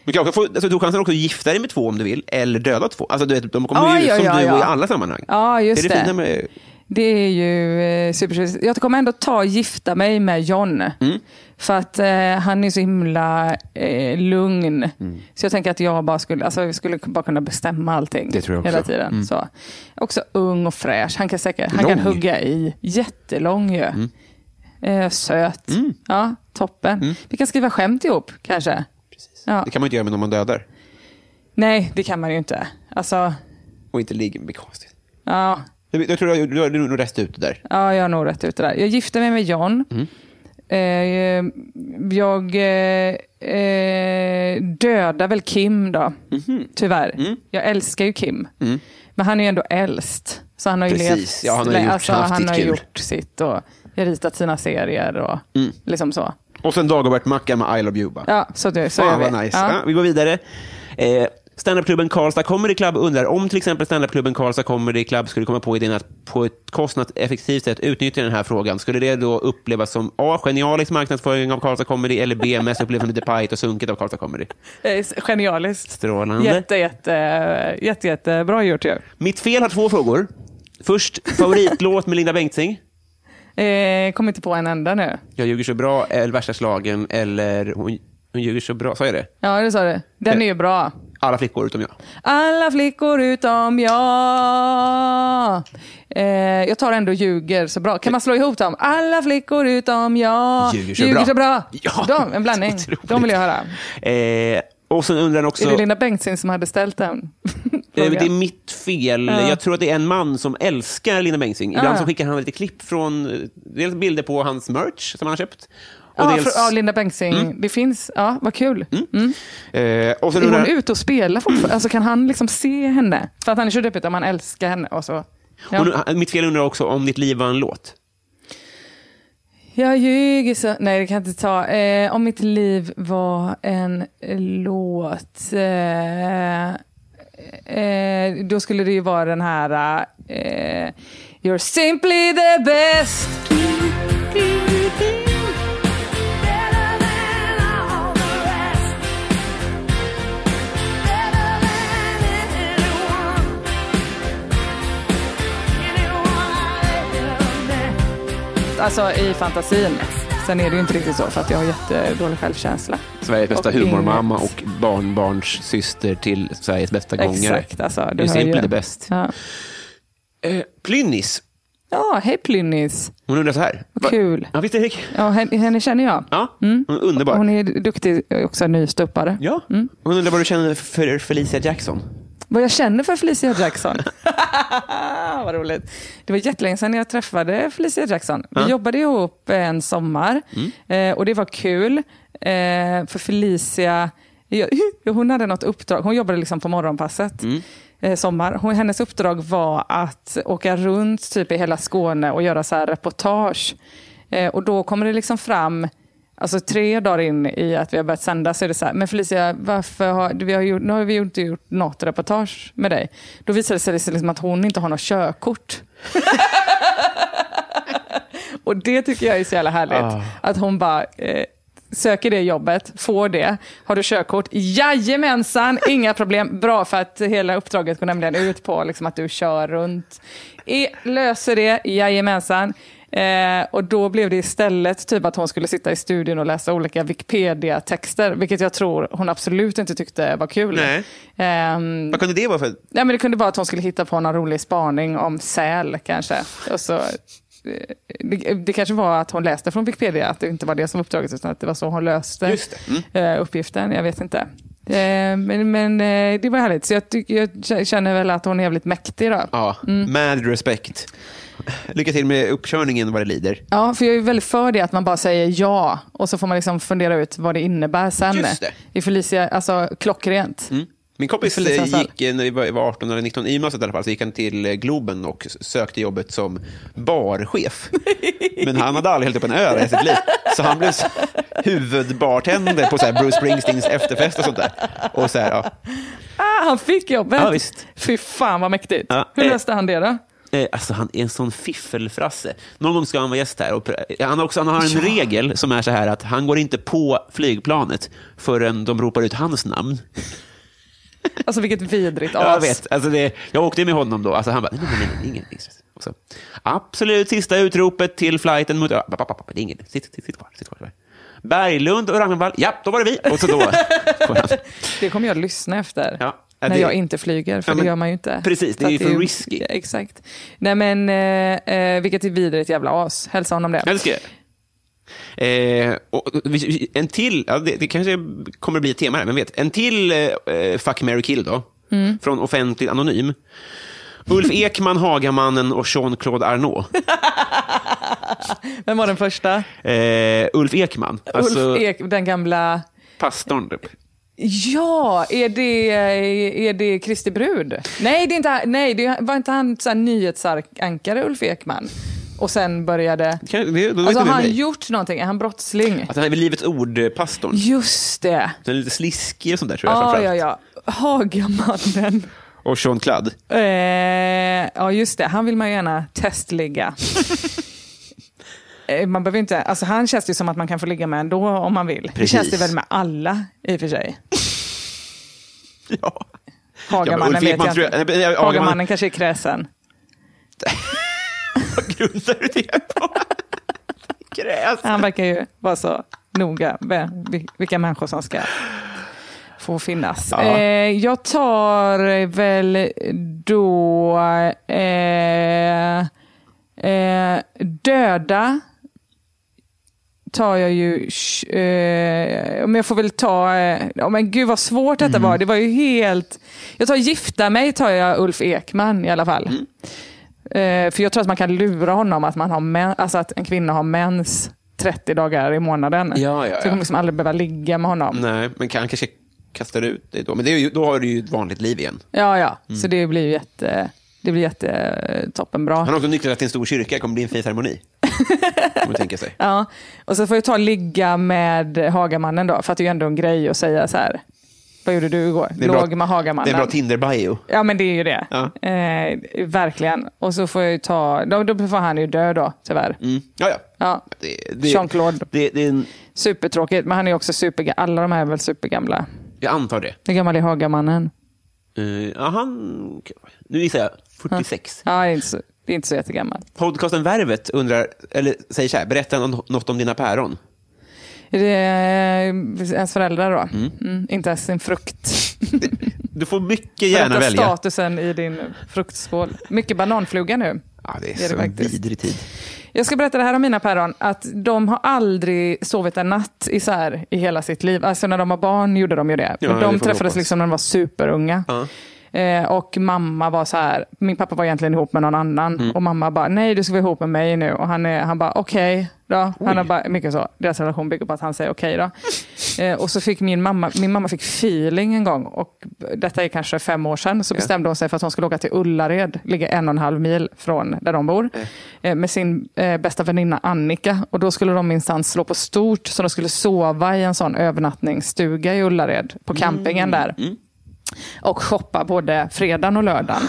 Speaker 1: Du kan också få, alltså, du chansen också att gifta dig med två om du vill, eller döda två. Alltså, du vet, de kommer
Speaker 2: Oj,
Speaker 1: ju som
Speaker 2: oj, oj,
Speaker 1: du
Speaker 2: oj.
Speaker 1: i alla sammanhang.
Speaker 2: Ja, just
Speaker 1: det. Är det
Speaker 2: det.
Speaker 1: fina med...
Speaker 2: Det är ju eh, superkyss. Jag kommer ändå ta och gifta mig med John.
Speaker 1: Mm.
Speaker 2: För att eh, han är så himla eh, lugn.
Speaker 1: Mm.
Speaker 2: Så jag tänker att jag bara skulle, alltså, jag skulle bara kunna bestämma allting.
Speaker 1: Det tror jag också. Mm.
Speaker 2: Hela tiden. Så. Också ung och fräsch. Han kan, säkert, han
Speaker 1: Lång. Mm.
Speaker 2: kan hugga i. Jättelång ju. Eh, söt. Ja, toppen. Vi kan skriva skämt ihop kanske. Ja.
Speaker 1: Mm. Det kan man ju inte göra med någon man dödar.
Speaker 2: Nej, det kan man ju inte. Alltså,
Speaker 1: Och inte ligger med konstigt.
Speaker 2: ja.
Speaker 1: Jag, jag tror jag, du har du har nog rätt ut det där.
Speaker 2: Ja, jag har nog rätt ute där. Jag gifte mig med John.
Speaker 1: Mm.
Speaker 2: Eh, jag eh, eh, dödar väl Kim då,
Speaker 1: Mhm.
Speaker 2: tyvärr.
Speaker 1: Mm.
Speaker 2: Jag älskar ju Kim. Men han är ju ändå äldst. Så han har ju
Speaker 1: Precis.
Speaker 2: levt,
Speaker 1: Ja, han har ju gjort-
Speaker 2: alltså,
Speaker 1: haft
Speaker 2: han
Speaker 1: sitt
Speaker 2: har
Speaker 1: kul.
Speaker 2: gjort sitt och ritat sina serier och
Speaker 1: Mm.
Speaker 2: liksom så.
Speaker 1: Och sen Dagobert-macka med I love you. bara.
Speaker 2: Ja, så, det, så gör
Speaker 1: Fan
Speaker 2: vi.
Speaker 1: vad nice.
Speaker 2: Ja.
Speaker 1: Ja, vi går vidare. Eh, Standupklubben Karlstad Comedy Club undrar om till exempel standupklubben Karlstad Comedy Club skulle komma på idén att på ett kostnadseffektivt sätt utnyttja den här frågan. Skulle det då upplevas som A. Genialisk marknadsföring av Karlstad Comedy eller B. Mest upplevs som lite pajigt och sunkigt av Karlstad Comedy?
Speaker 2: Eh, Genialiskt.
Speaker 1: Strålande.
Speaker 2: Jätte, jätte, jätte, jätte bra gjort ju.
Speaker 1: Mitt fel har två frågor. Först, favoritlåt med Linda Bengtzing.
Speaker 2: Eh, kom inte på en enda nu.
Speaker 1: Jag ljuger så bra, eller värsta slagen, eller hon, hon ljuger så bra. Sa jag det?
Speaker 2: Ja, det sa du.
Speaker 1: Eh.
Speaker 2: Den är ju bra.
Speaker 1: Alla flickor utom jag.
Speaker 2: Alla flickor utom jag. Eh, jag tar ändå ljuger så bra. Kan man slå ihop dem? Alla flickor utom jag.
Speaker 1: Ljuger så bra.
Speaker 2: så bra.
Speaker 1: Ja,
Speaker 2: De, en blandning.
Speaker 1: så otroligt.
Speaker 2: De vill jag höra.
Speaker 1: Eh, och sen undrar han också...
Speaker 2: Är det Linda Bengtzing som hade ställt den?
Speaker 1: Eh,
Speaker 2: frågan?
Speaker 1: Det är mitt fel. Jag tror att det är en man som älskar Linda Bengtzing. Ibland
Speaker 2: Ah.
Speaker 1: så skickar han lite klipp från eh, dels bilder på hans merch som han har köpt. Och,
Speaker 2: ja,
Speaker 1: dels, Mm.
Speaker 2: för, ja, Linda Bengtzing. Det finns. Ja, vad kul. Mm.
Speaker 1: eh, och sen
Speaker 2: Är hon
Speaker 1: undrar,
Speaker 2: ute och spelar fortfarande? Alltså, kan han liksom se henne? För att han är så deppig, om han älskar henne och så. Ja.
Speaker 1: hon, han- mitt fel undrar också om ditt liv var en låt.
Speaker 2: Jag ljuger så... Nej, det kan jag inte ta. Eh, om mitt liv var en låt... Eh, eh, då skulle det ju vara den här... Eh, You're simply the best. Alltså i fantasin. Sen är det ju inte riktigt så för att jag har jättedålig självkänsla.
Speaker 1: Sveriges bästa
Speaker 2: Och
Speaker 1: humormamma
Speaker 2: inget-
Speaker 1: och barnbarns syster till Sveriges bästa gångare.
Speaker 2: Exakt, alltså.
Speaker 1: Du är
Speaker 2: hör ju.
Speaker 1: simply the best.
Speaker 2: Ja.
Speaker 1: Eh, Plynnis,
Speaker 2: ja, hej Plynnis.
Speaker 1: hon undrar så här.
Speaker 2: Vad kul.
Speaker 1: Ja, visst Erik?
Speaker 2: Ja, henne, henne känner jag.
Speaker 1: Ja, hon är underbar.
Speaker 2: Hon är Mm. duktig, också en nystuppare.
Speaker 1: Ja. Hon undrar vad du känner för Felicia Jackson.
Speaker 2: Vad jag känner för Felicia Jackson. Vad roligt. Det var jättelänge sedan jag träffade Felicia Jackson. Vi jobbade ihop en sommar eh, och det var kul. Eh, För Felicia, hon hade något uppdrag. Hon jobbade liksom på morgonpasset. eh, Sommar. Hon, hennes uppdrag var att åka runt typ i hela Skåne och göra så här reportage. Eh, Och då kommer det liksom fram Alltså tre dagar in i att vi har börjat sända så är det så här, men Felicia, varför har, vi har gjort, nu har vi ju inte gjort något reportage med dig. Då visade det sig liksom att hon inte har något körkort. Och det tycker jag är så jävla härligt.
Speaker 1: Ah.
Speaker 2: Att hon bara eh, söker det jobbet, får det. Har du körkort? Jajamensan, inga problem. Bra, för att hela uppdraget går nämligen ut på liksom, att du kör runt. E, löser det, jajamensan. Eh, och då blev det istället typ att hon skulle sitta i studion och läsa olika Wikipedia-texter, vilket jag tror hon absolut inte tyckte var kul.
Speaker 1: Nej.
Speaker 2: Ehm,
Speaker 1: Vad kunde det vara för...
Speaker 2: Ja, men det kunde vara att hon skulle hitta på någon rolig spaning om säl kanske. Och så, eh, det, det kanske var att hon läste från Wikipedia, att det inte var det som var uppdraget utan att det var så hon löste
Speaker 1: Just Mm.
Speaker 2: eh, uppgiften. Jag vet inte. Eh, Men, men eh, det var härligt. Så jag, tycker- jag k- känner väl att hon är jävligt mäktig. Då.
Speaker 1: Ja,
Speaker 2: Mm.
Speaker 1: med respekt. Lycka till med uppkörningen vad det lider.
Speaker 2: Ja, för jag är väldigt för det att man bara säger ja och så får man liksom fundera ut vad det innebär sen.
Speaker 1: Just det. Mm.
Speaker 2: I Felicia, alltså klockrent.
Speaker 1: Min kompis
Speaker 2: Det är
Speaker 1: eh,
Speaker 2: Felicia
Speaker 1: gick, eh, när vi var var 18 eller 19, i gymnasiet i alla fall, så gick han till eh, Globen och s- sökte jobbet som barchef. Men han hade aldrig hällt upp en öl i sitt liv. Så han blev s- huvudbartender på så här Bruce Springsteens efterfest och sånt där. Och så här, ja.
Speaker 2: Ah, han fick jobbet!
Speaker 1: Ja, visst.
Speaker 2: Fy fan vad mäktigt.
Speaker 1: Ja,
Speaker 2: Hur
Speaker 1: eh.
Speaker 2: löste han det då?
Speaker 1: Eh, Alltså han är en sån fiffelfrasse. Någon gång ska han vara gäst här. Och pr- eh, han, har också, han har en regel som är så här att han går inte på flygplanet förrän de ropar ut hans namn.
Speaker 2: Alltså vilket vidrigt as.
Speaker 1: Ja, jag vet. Alltså det, jag åkte med honom då. Alltså han bara, nej, nej, nej, nej, nej ingenting. stress. Och så, absolut sista utropet till flighten mot... Ja, papp, papp, papp, Det är ingenting. Sitt, sitt, sitt kvar. Sitt kvar. Berglund och Ragnvall. Ja, då var det vi. Och så då.
Speaker 2: Det kommer jag lyssna efter.
Speaker 1: Ja, ja,
Speaker 2: när
Speaker 1: det-
Speaker 2: jag inte flyger, för
Speaker 1: Ja, men-
Speaker 2: det gör man ju inte.
Speaker 1: precis, det
Speaker 2: Så
Speaker 1: är ju
Speaker 2: att
Speaker 1: för risky.
Speaker 2: Exakt. Nej men, eh, eh, vilket är vidrigt jävla as. Hälsa honom det.
Speaker 1: Älskar er. Eh, och vi- vi- en till, ja, det, det kanske kommer bli ett tema här, vem vet. En till eh, eh, Fuck, Mary kill då, från offentligt anonym. Ulf Ekman, Hagamannen och Jean-Claude Arnault.
Speaker 2: Vem var den första?
Speaker 1: Eh, Ulf Ekman, alltså
Speaker 2: Ulf Ek, den gamla...
Speaker 1: pastorn. typ.
Speaker 2: Ja, är det, eh, är det Kristi brud? Nej, det, är inte, han- nej, det var inte han så här, nyhetsankare Ulf Ekman? Och sen började...
Speaker 1: Kan- det- det var
Speaker 2: Alltså
Speaker 1: inte
Speaker 2: har han
Speaker 1: mig. Alltså-
Speaker 2: gjort någonting? Är han brottsling?
Speaker 1: Att han är väl Livets Ord-pastorn.
Speaker 2: Just det.
Speaker 1: Den är lite sliskig och sånt där, tror jag.
Speaker 2: Ja,
Speaker 1: framförallt.
Speaker 2: ja, ja. Hagamannen.
Speaker 1: Och Jean-Claude.
Speaker 2: Eh, ja, just det. Han vill man ju gärna testligga. Eh, Man behöver inte, alltså han känns det ju som att man kan få ligga med ändå om man vill. Det
Speaker 1: Precis.
Speaker 2: känns det väl med alla i och för sig.
Speaker 1: Ja.
Speaker 2: Hagamannen
Speaker 1: Ulf
Speaker 2: vet
Speaker 1: Ekman
Speaker 2: jag
Speaker 1: tror jag-
Speaker 2: inte.
Speaker 1: nej, men, ja,
Speaker 2: Hagamannen
Speaker 1: Hagamannen-
Speaker 2: kanske är kräsen.
Speaker 1: Vad grundar du det på? Gräs.
Speaker 2: Han verkar ju vara så noga med vi- vilka människor som ska få finnas.
Speaker 1: Ja.
Speaker 2: Eh, jag tar väl då eh, eh, döda tar jag ju... sh- Eh, men jag får väl ta... Eh, oh, men gud vad svårt detta
Speaker 1: Mm.
Speaker 2: var. Det var ju helt... Jag tar Gifta mig tar jag Ulf Ekman i alla fall.
Speaker 1: Mm.
Speaker 2: Eh, för jag tror att man kan lura honom att, man har men, alltså att en kvinna har mens 30 dagar i månaden.
Speaker 1: Ja, ja,
Speaker 2: Så jag kommer
Speaker 1: ja.
Speaker 2: liksom aldrig behöva ligga med honom.
Speaker 1: Nej, men kan kanske kastar ut det då. Men det är ju, då har du ju ett vanligt liv igen.
Speaker 2: Ja, ja.
Speaker 1: Mm.
Speaker 2: Så det blir ju jätte... Det blir jätte eh, toppenbra.
Speaker 1: Han har också nycklat till en stor kyrka, det kommer bli en fin ceremoni. Kan man tänka sig.
Speaker 2: Ja. Och så får jag ta ligga med Hagamannen då, för att det är ju ändå en grej att säga så här. Vad gjorde du igår?
Speaker 1: Det är bra-
Speaker 2: Låg med
Speaker 1: Det är
Speaker 2: Hagamannen.
Speaker 1: bra Tinder-bio.
Speaker 2: Ja, men det är ju det.
Speaker 1: Ja.
Speaker 2: Eh, verkligen. Och så får jag ju ta... Då, då får han ju dö då, tyvärr.
Speaker 1: Mm. Ja, ja.
Speaker 2: Ja.
Speaker 1: Det,
Speaker 2: Jean-Claude.
Speaker 1: Det, det är en,
Speaker 2: Supertråkigt, men han är ju också supergammal. Alla de här är väl supergamla.
Speaker 1: jag antar det.
Speaker 2: Hur gammal är Hagamannen?
Speaker 1: Eh, ja, han, nu gissar jag 46.
Speaker 2: Ja, det är inte så, det är inte så jättegammal.
Speaker 1: Podcasten Värvet undrar, eller säger så här, berätta nå- något om dina päron.
Speaker 2: Är det eh, ens föräldrar då? Mm, inte ens sin frukt.
Speaker 1: Du får mycket gärna
Speaker 2: Berätta
Speaker 1: välja.
Speaker 2: statusen i din fruktskål. Mycket bananfluga nu.
Speaker 1: Ja, det är,
Speaker 2: det
Speaker 1: så
Speaker 2: faktiskt.
Speaker 1: vidrig tid.
Speaker 2: Jag ska berätta det här om mina päron, att de har aldrig sovit en natt isär i hela sitt liv. Alltså när de var barn gjorde de ju det.
Speaker 1: Ja,
Speaker 2: och
Speaker 1: det får vi
Speaker 2: de träffades
Speaker 1: hoppas.
Speaker 2: liksom när de var superunga. Eh, och mamma var så här, min pappa var egentligen ihop med någon annan. Och mamma bara, nej du ska vara ihop med mig nu. Och han, är, han bara, okej då. Han har bara, mycket så. Deras relation bygger på att han säger okej då. Eh, och så fick min mamma, min mamma fick feeling en gång. Och detta är kanske fem år sedan. Så bestämde hon sig för att hon skulle åka till Ullared. Ligger en och en halv mil från där de bor. Eh, med sin eh, bästa väninna Annika. Och då skulle de minsann slå på stort. Så de skulle sova i en sån övernattningsstuga i Ullared. På campingen där och shoppa både fredagen och lördagen.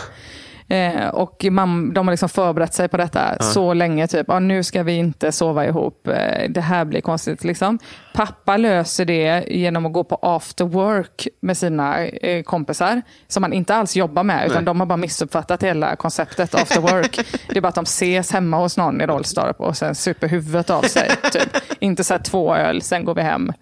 Speaker 2: Eh, och mam, de har liksom förberett sig på detta så länge. Typ, ah, nu ska vi inte sova ihop. Eh, det här blir konstigt. Liksom. Pappa löser det genom att gå på after work med sina eh, kompisar. Som han inte alls jobbar med. Utan de har bara missuppfattat hela konceptet after work. det är bara att de ses hemma hos någon i Rolstorp och sen super huvudet av sig. Typ. Inte så här två öl, sen går vi hem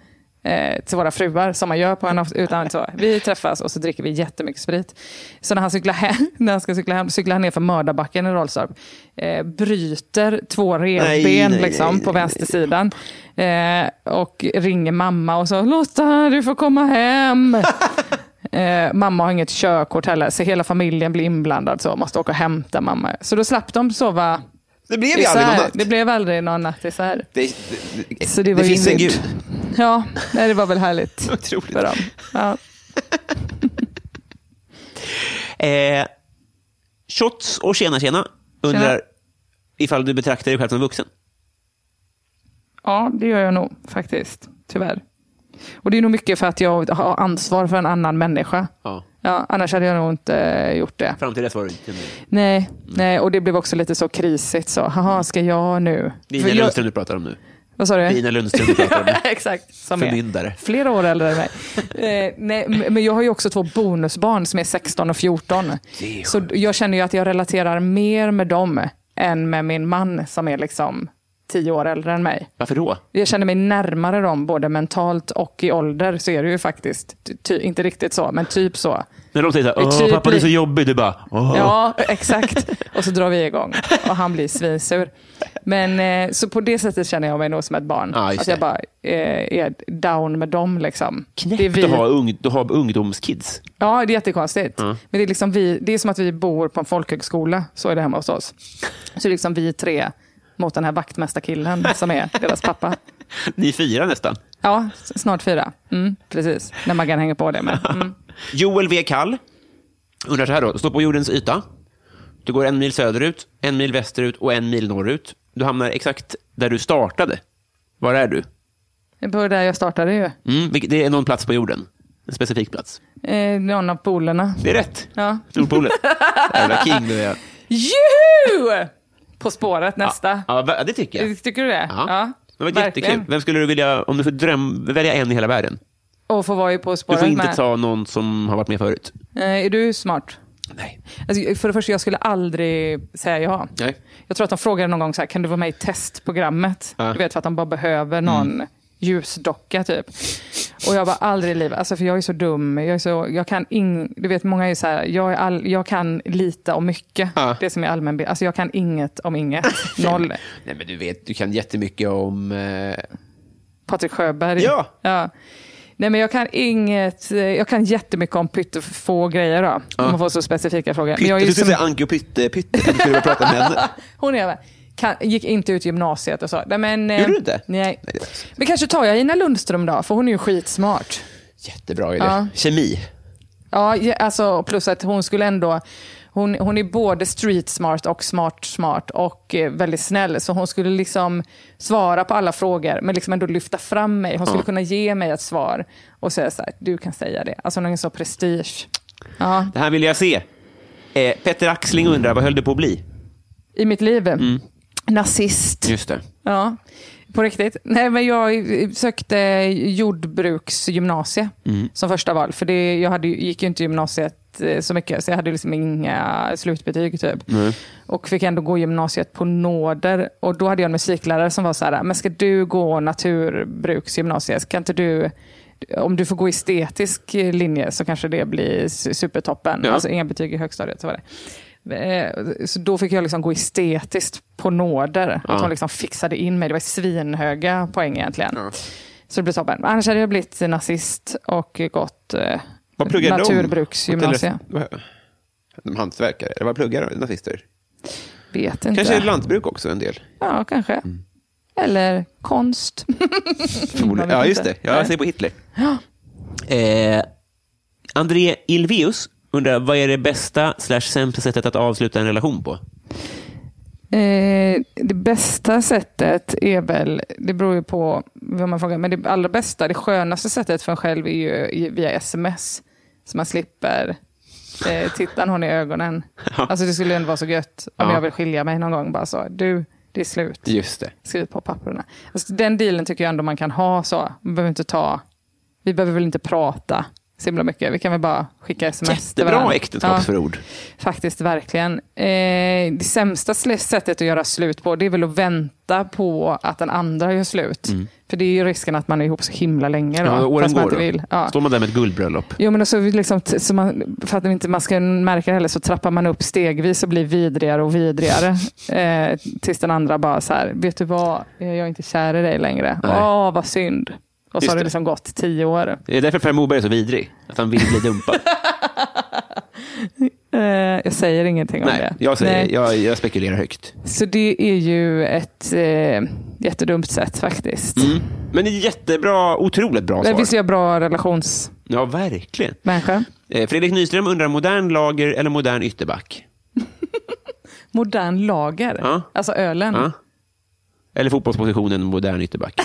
Speaker 2: eh, till våra fruar som man gör på en after- utan så. Vi träffas och så dricker vi jättemycket sprit. Så när han cyklar hem, när han ska cykla hem, cyklar han ner för mördarbacken i Rolfstorp. Eh, bryter två
Speaker 1: Nej,
Speaker 2: revben
Speaker 1: nej,
Speaker 2: liksom,
Speaker 1: nej,
Speaker 2: på
Speaker 1: nej,
Speaker 2: vänstersidan. Eh, och ringer mamma och så, Lotta du får komma hem. Eh, mamma har inget körkort heller, så hela familjen blir inblandad. så Måste åka och hämta mamma. Så då slapp de sova
Speaker 1: Det blev ju aldrig någon
Speaker 2: isär.
Speaker 1: natt.
Speaker 2: Det blev aldrig någon natt isär.
Speaker 1: Det, det, det,
Speaker 2: Så det var ju
Speaker 1: finns en
Speaker 2: grymt.
Speaker 1: gud.
Speaker 2: Ja, nej, det var väl härligt
Speaker 1: Otroligt.
Speaker 2: för dem. Ja.
Speaker 1: Eh, shots och tjena tjena undrar
Speaker 2: Tjena.
Speaker 1: ifall du betraktar dig själv som vuxen.
Speaker 2: ja, det gör jag nog faktiskt. Tyvärr. Och det är nog mycket för att jag har ansvar för en annan människa.
Speaker 1: Ja.
Speaker 2: Ja, annars hade jag nog inte eh, gjort det.
Speaker 1: Fram till dess var du inte med.
Speaker 2: Nej, nej, och det blev också lite så krisigt. Så,
Speaker 1: Mm.
Speaker 2: haha, ska jag nu?
Speaker 1: Lina
Speaker 2: För jag,
Speaker 1: Lundström du pratar om nu.
Speaker 2: vad sa du?
Speaker 1: Lina Lundström du pratar om nu.
Speaker 2: Exakt. Som
Speaker 1: Förmyndare.
Speaker 2: Är flera år äldre än mig. Eh, nej, m- men jag har ju också två bonusbarn som är 16 och 14.
Speaker 1: Det är
Speaker 2: Så d- jag känner ju att jag relaterar mer med dem än med min man som är liksom 10 år äldre än mig.
Speaker 1: Varför då?
Speaker 2: Jag känner mig närmare dem både mentalt och i ålder så är det ju faktiskt, ty- ty, inte riktigt så, men typ så.
Speaker 1: När de säger så här,
Speaker 2: Det är
Speaker 1: Åh,
Speaker 2: typ
Speaker 1: pappa du är så
Speaker 2: li-
Speaker 1: jobbig, du bara, Åh.
Speaker 2: Ja, exakt. Och så drar vi igång och han blir svinsur. Men eh, så på det sättet känner jag mig nog som ett barn.
Speaker 1: Ja, just
Speaker 2: att jag
Speaker 1: det.
Speaker 2: bara eh, är down med dem. Liksom.
Speaker 1: knäppt
Speaker 2: det är vi.
Speaker 1: att ha, ung, att ha ungdomskids.
Speaker 2: Ja, det är jättekonstigt. Men det är, liksom vi, det är som att vi bor på en folkhögskola. Så är det hemma hos oss. Så det är liksom vi tre mot den här vaktmästarkillen som är deras pappa.
Speaker 1: Ni är fyra nästan.
Speaker 2: Ja, s- snart fyra. Mm, precis, när Maggan hänger på det med. Mm.
Speaker 1: Joel V. Kall undrar så här då. Stå på jordens yta. Du går en mil söderut, en mil västerut och en mil norrut. Du hamnar exakt där du startade. Var är du?
Speaker 2: Det var där jag startade ju.
Speaker 1: Mm, vilket- det är någon plats på jorden. En specifik plats.
Speaker 2: Eh, någon av polerna.
Speaker 1: Det är rätt.
Speaker 2: Ja.
Speaker 1: Nordpolen. Jävla king du är.
Speaker 2: Juhu! På spåret nästa.
Speaker 1: Ja, va- det tycker jag.
Speaker 2: Tycker du det?
Speaker 1: Det var
Speaker 2: verkligen.
Speaker 1: jättekul. Vem skulle du vilja, om du får dröm, välja en i hela världen?
Speaker 2: Och få vara ju På
Speaker 1: Du
Speaker 2: spåret
Speaker 1: får inte
Speaker 2: med.
Speaker 1: ta någon som har varit med förut.
Speaker 2: Eh, är du smart?
Speaker 1: Nej.
Speaker 2: Alltså, för det första, jag skulle aldrig säga ja.
Speaker 1: Nej.
Speaker 2: Jag tror att de frågade någon gång så här, kan du vara med i testprogrammet?
Speaker 1: Ja. Mm.
Speaker 2: Du vet, för att de bara behöver någon ljusdocka typ. Och jag bara, aldrig i livet. Alltså, för jag är så dum. Jag, är så, jag kan ing, du vet, många är så här, jag, är all, jag kan lite om mycket.
Speaker 1: Ja.
Speaker 2: Det som är allmän Alltså jag kan inget om inget. Noll.
Speaker 1: Nej, men du vet, du kan jättemycket om... Eh,
Speaker 2: Patrik Sjöberg.
Speaker 1: Ja.
Speaker 2: ja. Nej, men jag kan inget. eh, Jag kan jättemycket om pyttefå grejer då. Om man får så specifika frågor. Men
Speaker 1: Pytte,
Speaker 2: jag är
Speaker 1: du
Speaker 2: ju
Speaker 1: skulle
Speaker 2: som-
Speaker 1: säga Anki och Pytte, Pytte. Du skulle börja prata med henne.
Speaker 2: Hon är väl- kan, gick inte ut gymnasiet och så. Nej, men, eh,
Speaker 1: Gjorde du inte?
Speaker 2: Nej.
Speaker 1: Nej, det var så.
Speaker 2: Men kanske tar jag Ina Lundström då, för hon är ju skitsmart.
Speaker 1: Jättebra idé.
Speaker 2: Ja.
Speaker 1: Kemi.
Speaker 2: Ja, ja, alltså, plus att hon skulle ändå... Hon, hon är både street smart och smart smart och eh, väldigt snäll. Så hon skulle liksom svara på alla frågor men liksom ändå lyfta fram mig. Hon skulle kunna ge mig ett svar och säga så här, du kan säga det. Alltså någon sån prestige. Ja,
Speaker 1: Det här vill jag se. Eh, Petter Axling undrar, vad höll det på att bli?
Speaker 2: I mitt liv.
Speaker 1: Mm.
Speaker 2: Nazist.
Speaker 1: Just det.
Speaker 2: Ja, på riktigt. Nej, men jag sökte jordbruksgymnasie som första val. För det, jag hade, ju- gick ju inte gymnasiet eh, så mycket, så jag hade liksom inga slutbetyg. Typ. Och fick ändå gå gymnasiet på nåder. Och då hade jag en musiklärare som var så här, men ska du gå naturbruksgymnasiet? Ska inte du om du får gå estetisk eh, linje så kanske det blir su- supertoppen.
Speaker 1: Ja.
Speaker 2: Alltså inga betyg i högstadiet. Så var det. Eh, Så då fick jag liksom gå estetiskt på nåder. Att hon liksom fixade in mig. Det var svinhöga poäng egentligen. Så det blev toppen. Annars hade jag blivit nazist och gått eh,
Speaker 1: Vad pluggade de?
Speaker 2: naturbruksgymnasium.
Speaker 1: Hotell- De hantverkare? Eller vad pluggar de? nazister?
Speaker 2: Vet inte.
Speaker 1: Kanske Mm. lantbruk också en del?
Speaker 2: Ja, kanske. Eller konst.
Speaker 1: Förmodligen. Ja, just det. Ja, jag
Speaker 2: Nej.
Speaker 1: säger på Hitler. Eh, André Ilveus undrar, vad är det bästa slash sämsta sättet att avsluta en relation på?
Speaker 2: Eh, det bästa sättet är väl, det beror ju på vad man frågar, men det allra bästa, det skönaste sättet för en själv är ju i- via sms. Så man slipper eh, titta någon i ögonen. Alltså det skulle ju ändå vara så gött om
Speaker 1: Ja.
Speaker 2: jag vill skilja mig någon gång. Bara så, du, det är slut.
Speaker 1: Just det.
Speaker 2: Skriv på papperna. Alltså, den dealen tycker jag ändå man kan ha så. Man behöver inte ta, vi behöver väl inte prata så himla mycket. Vi kan väl bara skicka sms till
Speaker 1: Jättebra
Speaker 2: varandra.
Speaker 1: äktenskapsförord.
Speaker 2: Faktiskt, verkligen. Eh, det sämsta sl- sättet att göra slut på det är väl att vänta på att den andra gör slut. För det är ju risken att man är ihop så himla länge. Då,
Speaker 1: Mm. Ja, åren
Speaker 2: fast man
Speaker 1: går
Speaker 2: inte
Speaker 1: då.
Speaker 2: vill. Ja.
Speaker 1: Står man där med ett guldbröllop?
Speaker 2: Jo, men och så, liksom, t- så man, för att inte man ska märka det heller så trappar man upp stegvis och blir vidrigare och vidrigare. Eh, tills den andra bara så här, vet du vad, Eh, jag är inte kär i dig längre.
Speaker 1: Nej.
Speaker 2: Åh, vad synd. Och
Speaker 1: Just
Speaker 2: så har
Speaker 1: det.
Speaker 2: det liksom gått tio år.
Speaker 1: Det är därför Per Morberg är så vidrig. Att han vill bli dumpad.
Speaker 2: Eh, jag säger ingenting om
Speaker 1: Nej,
Speaker 2: det.
Speaker 1: jag, säger,
Speaker 2: Nej.
Speaker 1: Jag, jag spekulerar högt.
Speaker 2: Så det är ju ett eh, jättedumt sätt faktiskt.
Speaker 1: Men det är jättebra, otroligt bra
Speaker 2: Men
Speaker 1: svar.
Speaker 2: visst är jag bra relationsmänniska?
Speaker 1: Ja, verkligen. Eh, Fredrik Nyström undrar, modern lager eller modern ytterback?
Speaker 2: Modern lager,
Speaker 1: Ja.
Speaker 2: alltså ölen.
Speaker 1: Ja. Ah. Eller fotbollspositionen, modern ytterback.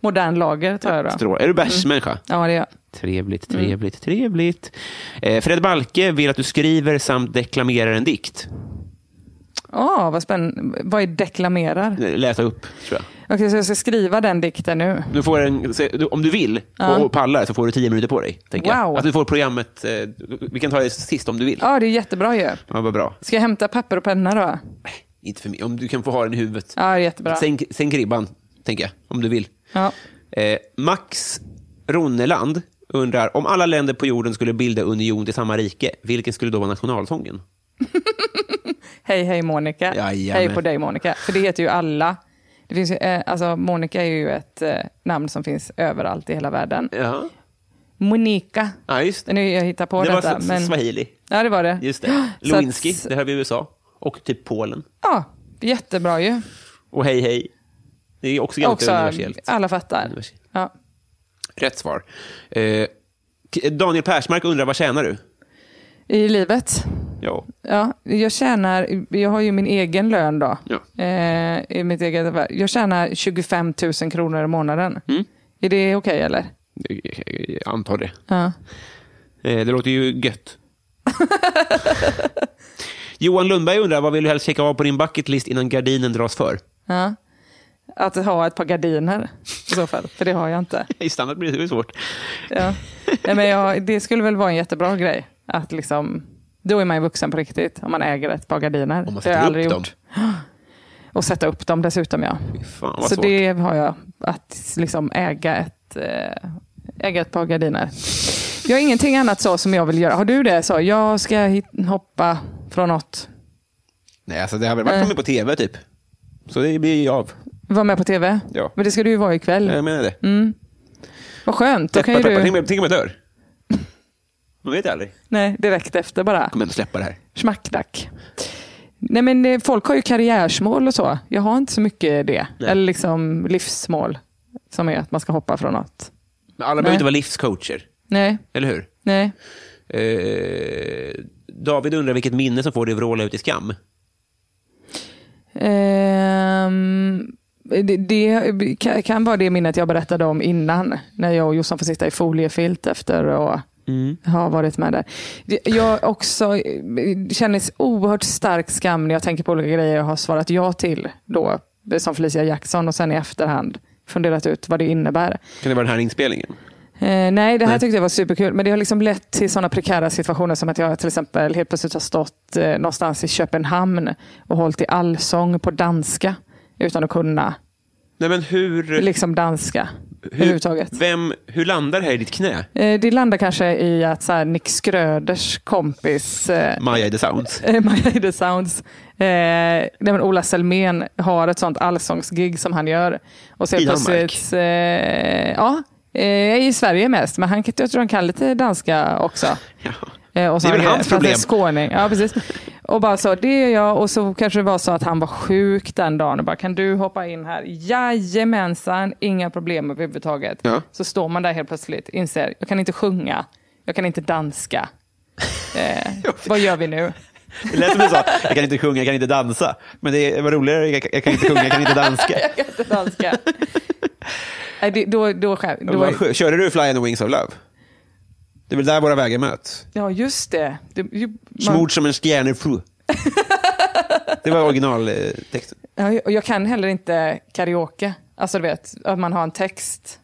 Speaker 2: Modern lager tar jag då.
Speaker 1: Strå. Är du
Speaker 2: Mm.
Speaker 1: bärsmänniska?
Speaker 2: Ja, det är jag.
Speaker 1: Trevligt,
Speaker 2: Mm.
Speaker 1: trevligt, trevligt. Eh, Fred Balke vill att du skriver samt deklamerar en dikt.
Speaker 2: Åh, vad spännande. Vad är deklamerar?
Speaker 1: Eh, Läsa upp, tror jag.
Speaker 2: Okej, så jag ska skriva den dikten nu.
Speaker 1: Du får en, se- du- om du vill och- och pallar så får du tio minuter på dig. Tänker jag.
Speaker 2: Wow.
Speaker 1: Att du får programmet, eh, du- vi kan ta det sist om du vill.
Speaker 2: Ja, det är jättebra ju.
Speaker 1: Ja, vad bra.
Speaker 2: Ska jag hämta papper och penna då?
Speaker 1: Inte för mig. Om du kan få ha den i huvudet.
Speaker 2: Ja, det är jättebra.
Speaker 1: Sänk, sänk ribban, tänker jag, om du vill.
Speaker 2: Ja.
Speaker 1: Eh, Max Ronneland undrar, om alla länder på jorden skulle bilda union till samma rike, vilken skulle då vara nationalsången?
Speaker 2: Hej, hej Monica.
Speaker 1: Jajamän.
Speaker 2: Hej på dig Monica. För det heter ju alla. Det finns ju, eh, alltså, Monica är ju ett eh, namn som finns överallt i hela världen.
Speaker 1: Ja,
Speaker 2: Monica.
Speaker 1: ja just det.
Speaker 2: Nu jag hittar på
Speaker 1: Det var
Speaker 2: detta.
Speaker 1: s-
Speaker 2: men...
Speaker 1: swahili.
Speaker 2: Ja, det var det.
Speaker 1: Just
Speaker 2: Så
Speaker 1: det.
Speaker 2: att-
Speaker 1: Lewinsky, det hör vi i USA. Och typ Polen.
Speaker 2: Ja, jättebra ju.
Speaker 1: Och hej hej. Det är också ganska
Speaker 2: Också,
Speaker 1: universellt.
Speaker 2: alla fattar.
Speaker 1: Universellt.
Speaker 2: Ja.
Speaker 1: Rätt svar. Eh, K- Daniel Persmark undrar, vad tjänar du?
Speaker 2: I livet.
Speaker 1: Ja.
Speaker 2: Ja, jag tjänar, jag har ju min egen lön då.
Speaker 1: Ja.
Speaker 2: Eh, i mitt eget, affär. jag tjänar 25 000 kronor i månaden.
Speaker 1: Mm.
Speaker 2: Är det okej eller?
Speaker 1: Jag antar det.
Speaker 2: Ja.
Speaker 1: Eh, Det låter ju gött. Johan Lundberg undrar, vad vill du helst checka av på din bucketlist innan gardinen dras för?
Speaker 2: ja. Att ha ett par gardiner i så fall, för det har jag inte.
Speaker 1: I standard blir det ju svårt.
Speaker 2: Ja. Nej, men jag, det skulle väl vara en jättebra grej. Att liksom, då är man ju vuxen på riktigt om man äger ett par gardiner.
Speaker 1: Om man
Speaker 2: Det har jag
Speaker 1: sätter
Speaker 2: aldrig
Speaker 1: upp dem.
Speaker 2: gjort. Och sätta upp dem dessutom, ja.
Speaker 1: Fan, vad
Speaker 2: Så
Speaker 1: svårt.
Speaker 2: det har jag, att liksom äga ett, eh, äga ett par gardiner. Jag har ingenting annat så som jag vill göra. Har du det? Så jag ska hit- hoppa från något.
Speaker 1: Nej, alltså det har väl varit kommit på tv typ. Så det blir ju av.
Speaker 2: Vara med på tv?
Speaker 1: Ja. Eh,
Speaker 2: Men det ska du ju vara ikväll.
Speaker 1: Jag menar det.
Speaker 2: Vad skönt. Då Mm,
Speaker 1: Peppar,
Speaker 2: kan ju
Speaker 1: peppar. Tänk,
Speaker 2: du...
Speaker 1: om jag- tänk om jag dör. Man vet aldrig.
Speaker 2: Nej, direkt efter bara.
Speaker 1: Kommer jag inte släppa det här.
Speaker 2: Schmackdack. Nej, men eh, folk har ju karriärsmål och så. Jag har inte så mycket det. Eller liksom livsmål. Som är att man ska hoppa från något.
Speaker 1: Men alla behöver
Speaker 2: Nej.
Speaker 1: inte vara livscoacher,
Speaker 2: Nej,
Speaker 1: eller hur?
Speaker 2: nej.
Speaker 1: Eh, David undrar vilket minne som får dig att vråla ut i skam.
Speaker 2: Ehm, det, det kan- kan vara det minnet jag berättade om innan. När jag och Jossan får sitta i foliefilt efter och ha varit med där. Det- Jag också eh, känner oerhört stark skam när jag tänker på olika grejer jag har svarat ja till. Då, som Felicia Jackson och sen i efterhand funderat ut vad det innebär.
Speaker 1: Kan det vara den här inspelningen?
Speaker 2: Eh, nej, det här tyckte jag var superkul. Men det har liksom lett till sådana prekära situationer som att jag till exempel helt plötsligt har stått eh, någonstans i Köpenhamn och hållit i allsång på danska utan att kunna
Speaker 1: Nej, men hur...
Speaker 2: liksom danska överhuvudtaget.
Speaker 1: Vem, hur landar det här i ditt knä?
Speaker 2: Eh, det landar kanske i att så här, Nick Skröders kompis eh,
Speaker 1: Maja i The Sounds.
Speaker 2: Eh, Maja i The Sounds. Eh, nej men Ola Selmén har ett sånt allsångsgig som han gör. Och så
Speaker 1: I
Speaker 2: helt plötsligt, eh, ja, eh, i Sverige mest, men han, jag tror han kan lite danska också.
Speaker 1: Ja.
Speaker 2: Eh, och så
Speaker 1: Det är
Speaker 2: har
Speaker 1: väl
Speaker 2: han-
Speaker 1: hans
Speaker 2: för att det är
Speaker 1: problem.
Speaker 2: Skåning. Ja, precis. Och bara så, det är jag. Och så kanske det var så att han var sjuk den dagen och bara, kan du hoppa in här? Jajamensan, inga problem överhuvudtaget.
Speaker 1: Ja.
Speaker 2: Så står man där helt plötsligt, inser, jag kan inte sjunga, jag kan inte danska. Eh, vad gör vi nu?
Speaker 1: Det lät som du sa, jag kan inte sjunga, jag kan inte dansa. Men det var roligare, jag, jag kan inte sjunga, jag kan inte danska.
Speaker 2: Jag kan inte danska. Nej, det, då, då, skäm- då,
Speaker 1: Vad skö- Körde du Fly and the Wings of Love? Det är väl där våra vägar möts?
Speaker 2: ja, just det. det ju, man,
Speaker 1: Smord som en stjärnefru. Det var originaltexten.
Speaker 2: ja, och jag kan heller inte karaoke. Alltså du vet, att man har en text.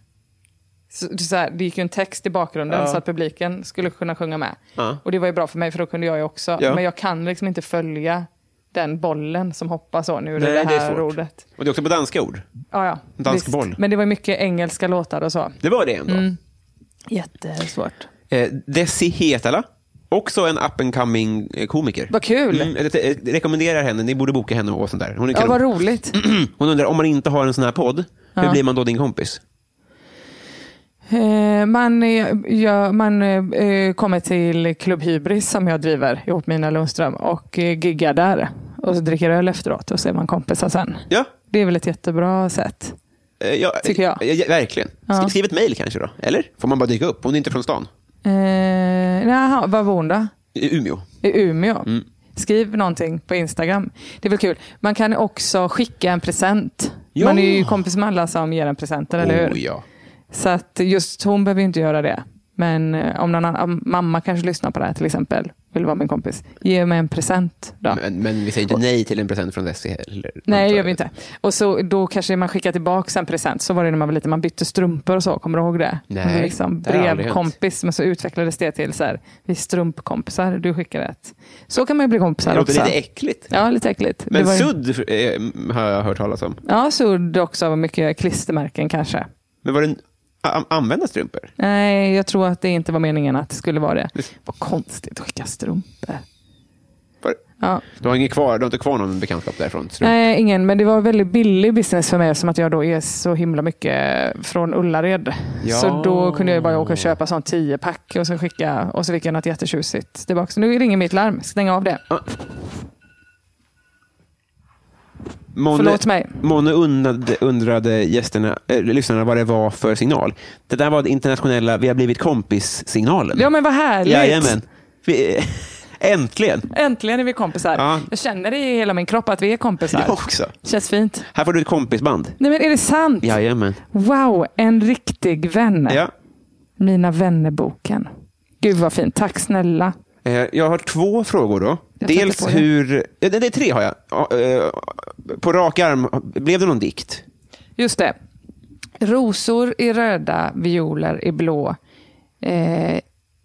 Speaker 2: Så, det är så här, det gick ju en text i bakgrunden så att publiken skulle kunna sjunga med.
Speaker 1: Ja.
Speaker 2: Och det var ju bra för mig för då kunde jag ju också.
Speaker 1: Ja.
Speaker 2: Men jag kan liksom inte följa den bollen som hoppar så nu är det
Speaker 1: Nej, det är
Speaker 2: det här
Speaker 1: svårt.
Speaker 2: ordet.
Speaker 1: Och det är också på danska ord.
Speaker 2: Ja, ja,
Speaker 1: Dansk
Speaker 2: visst.
Speaker 1: boll.
Speaker 2: Men det var ju mycket engelska låtar och så.
Speaker 1: Det var det ändå.
Speaker 2: Mm. Jättesvårt.
Speaker 1: Eh, Desi Hetala, också en up and coming eh, komiker.
Speaker 2: Vad kul.
Speaker 1: Mm, jag te- jag rekommenderar henne, ni borde boka henne och sånt där. Hon, är
Speaker 2: Ja,
Speaker 1: kanon.
Speaker 2: vad roligt.
Speaker 1: Hon undrar, om man inte har en sån här podd, hur blir man då din kompis?
Speaker 2: Eh, Man, är- ja, man eh, kommer till Klubb Hybris som jag driver ihop med Ina Lundström och eh, giggar där. Och så dricker öl efteråt och så är man kompisar sen.
Speaker 1: Ja,
Speaker 2: Det är väl ett jättebra sätt.
Speaker 1: eh, ja
Speaker 2: Tycker jag.
Speaker 1: eh, ja, verkligen. Sk-
Speaker 2: Ja.
Speaker 1: Skriv ett mejl kanske då, eller? Får man bara dyka upp, om du inte är från stan?
Speaker 2: Eh, jaha, var bor hon då?
Speaker 1: I Umeå.
Speaker 2: I Umeå. Skriv någonting på Instagram. Det är väl kul. Man kan också skicka en present.
Speaker 1: Ja.
Speaker 2: Man är ju kompis med alla som ger en presenter, eller hur?
Speaker 1: Oh, ja.
Speaker 2: Så att just hon behöver ju inte göra det. Men eh, om någon annan, om mamma kanske lyssnar på det här till exempel, vill vara min kompis, ge mig en present då.
Speaker 1: men, men vi säger inte nej till en present från Desi heller.
Speaker 2: Nej, det
Speaker 1: antar
Speaker 2: gör
Speaker 1: jag.
Speaker 2: vi inte. Och så, då kanske man skickar tillbaka en present. Så var det när man var liten. Man bytte strumpor och så. Kommer du ihåg det?
Speaker 1: Nej,
Speaker 2: Man blev liksom
Speaker 1: det har aldrig hänt.
Speaker 2: brevkompis. Men så utvecklades det till så här, vi är strumpkompisar. Du skickar ett. Så kan man ju bli kompisar
Speaker 1: Det låter
Speaker 2: också.
Speaker 1: lite äckligt.
Speaker 2: Alltså. Ja, lite äckligt.
Speaker 1: Men
Speaker 2: Det var ju-
Speaker 1: sudd eh, har jag hört talas om.
Speaker 2: Ja, sudd också. och Mycket klistermärken kanske.
Speaker 1: Men var det en, a- använda strumpor?
Speaker 2: Nej, jag tror att det inte var meningen att det skulle vara det. Vad konstigt att skicka strumpor.
Speaker 1: Var,
Speaker 2: Ja.
Speaker 1: Du har, ingen kvar, du har inte kvar någon bekantskap därifrån? Tror jag.
Speaker 2: Nej, ingen. Men det var väldigt billig business för mig som att jag då är så himla mycket från Ullared.
Speaker 1: Ja.
Speaker 2: Så då kunde jag ju bara åka och köpa sånt 10-pack och så skicka och så fick jag något jättetjusigt tillbaka. Så nu ringer mitt larm. Stäng av det.
Speaker 1: Månne,
Speaker 2: förlåt mig.
Speaker 1: Månne undrade, undrade gästerna, eh, lyssnarna vad det var för signal. Det där var det internationella vi har blivit kompis-signalen.
Speaker 2: Ja, men vad härligt.
Speaker 1: Jajamän. Vi, äntligen.
Speaker 2: Äntligen är vi kompisar.
Speaker 1: Ja.
Speaker 2: Jag känner det i hela min kropp att vi är kompisar.
Speaker 1: Jag också.
Speaker 2: Känns fint.
Speaker 1: Här får du ett kompisband.
Speaker 2: Nej, men är det sant?
Speaker 1: Jajamän.
Speaker 2: Wow, en riktig vän.
Speaker 1: Ja.
Speaker 2: Mina vännerboken. Gud vad fint. Tack snälla.
Speaker 1: Eh, Jag har två frågor då.
Speaker 2: Jag tänkte på
Speaker 1: Dels
Speaker 2: det.
Speaker 1: hur... eh, Det, det är tre har jag. Ja, eh, På rak arm, blev det någon dikt?
Speaker 2: Just det. Rosor i röda, violer i blå. Eh,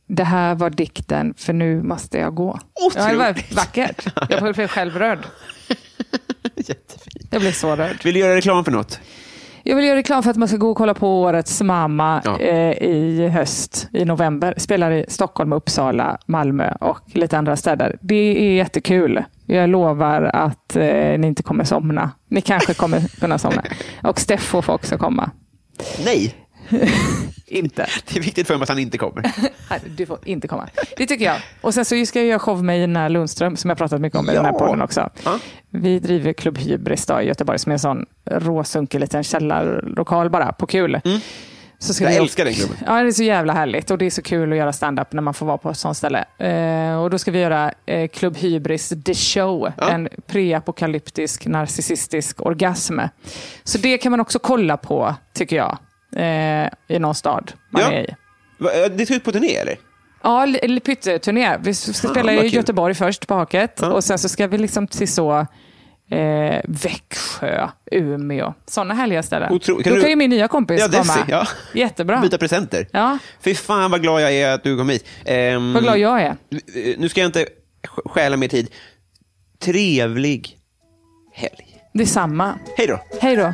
Speaker 2: det här var dikten, för nu måste jag gå. Ja, det var
Speaker 1: Otroligt.
Speaker 2: vackert. Jag blev själv rörd.
Speaker 1: Jättefint.
Speaker 2: Jag blev så rörd.
Speaker 1: Vill du göra reklam för något?
Speaker 2: Jag vill göra reklam för att man ska gå och kolla på Årets mamma
Speaker 1: Ja.
Speaker 2: eh, i höst, i november. Spelar i Stockholm, Uppsala, Malmö och lite andra städer. Det är jättekul. Jag lovar att eh, ni inte kommer somna. Ni kanske kommer kunna somna. Och Steffo får också komma.
Speaker 1: Nej.
Speaker 2: Inte.
Speaker 1: Det är viktigt för mig att han inte kommer.
Speaker 2: Nej, du får inte komma. Det tycker jag. Och sen så ska jag göra show med Ina Lundström, som jag pratat mycket om i den här
Speaker 1: Ja.
Speaker 2: podden också.
Speaker 1: Ja.
Speaker 2: Vi driver Klubb Hybris då, i Göteborg, som är en sån råsunkig liten källarlokal bara, på kul. Så ska
Speaker 1: Mm. Jag
Speaker 2: vi-
Speaker 1: älskar den klubben.
Speaker 2: Ja, det är så jävla härligt och det är så kul att göra stand-up när man får vara på ett sånt ställe. Eh, och då ska vi göra eh, Club Hybris The Show, en preapokalyptisk narcissistisk orgasm. Så det kan man också kolla på, tycker jag, eh, i någon stad man
Speaker 1: Ja.
Speaker 2: är i.
Speaker 1: Va, eh, Det ska ut på turné eller?
Speaker 2: Ja, li- li- pytteturné. Vi s- ska
Speaker 1: Fan,
Speaker 2: spela
Speaker 1: Ah, vad
Speaker 2: i
Speaker 1: kul. Ah.
Speaker 2: Göteborg först på Haket och sen så ska vi liksom till så eh, Växjö, Umeå, sådana härliga ställen.
Speaker 1: Otro- kan
Speaker 2: Då
Speaker 1: du-
Speaker 2: kan ju min nya kompis
Speaker 1: Ja,
Speaker 2: komma.
Speaker 1: Desi, ja.
Speaker 2: Jättebra.
Speaker 1: Byta presenter.
Speaker 2: Ja.
Speaker 1: Fy fan vad glad jag är att du kom hit. Ehm,
Speaker 2: Vad glad jag är.
Speaker 1: Eh, Nu ska jag inte sk- stjäla mer tid. Trevlig helg.
Speaker 2: Detsamma.
Speaker 1: Hej då.
Speaker 2: Hej då.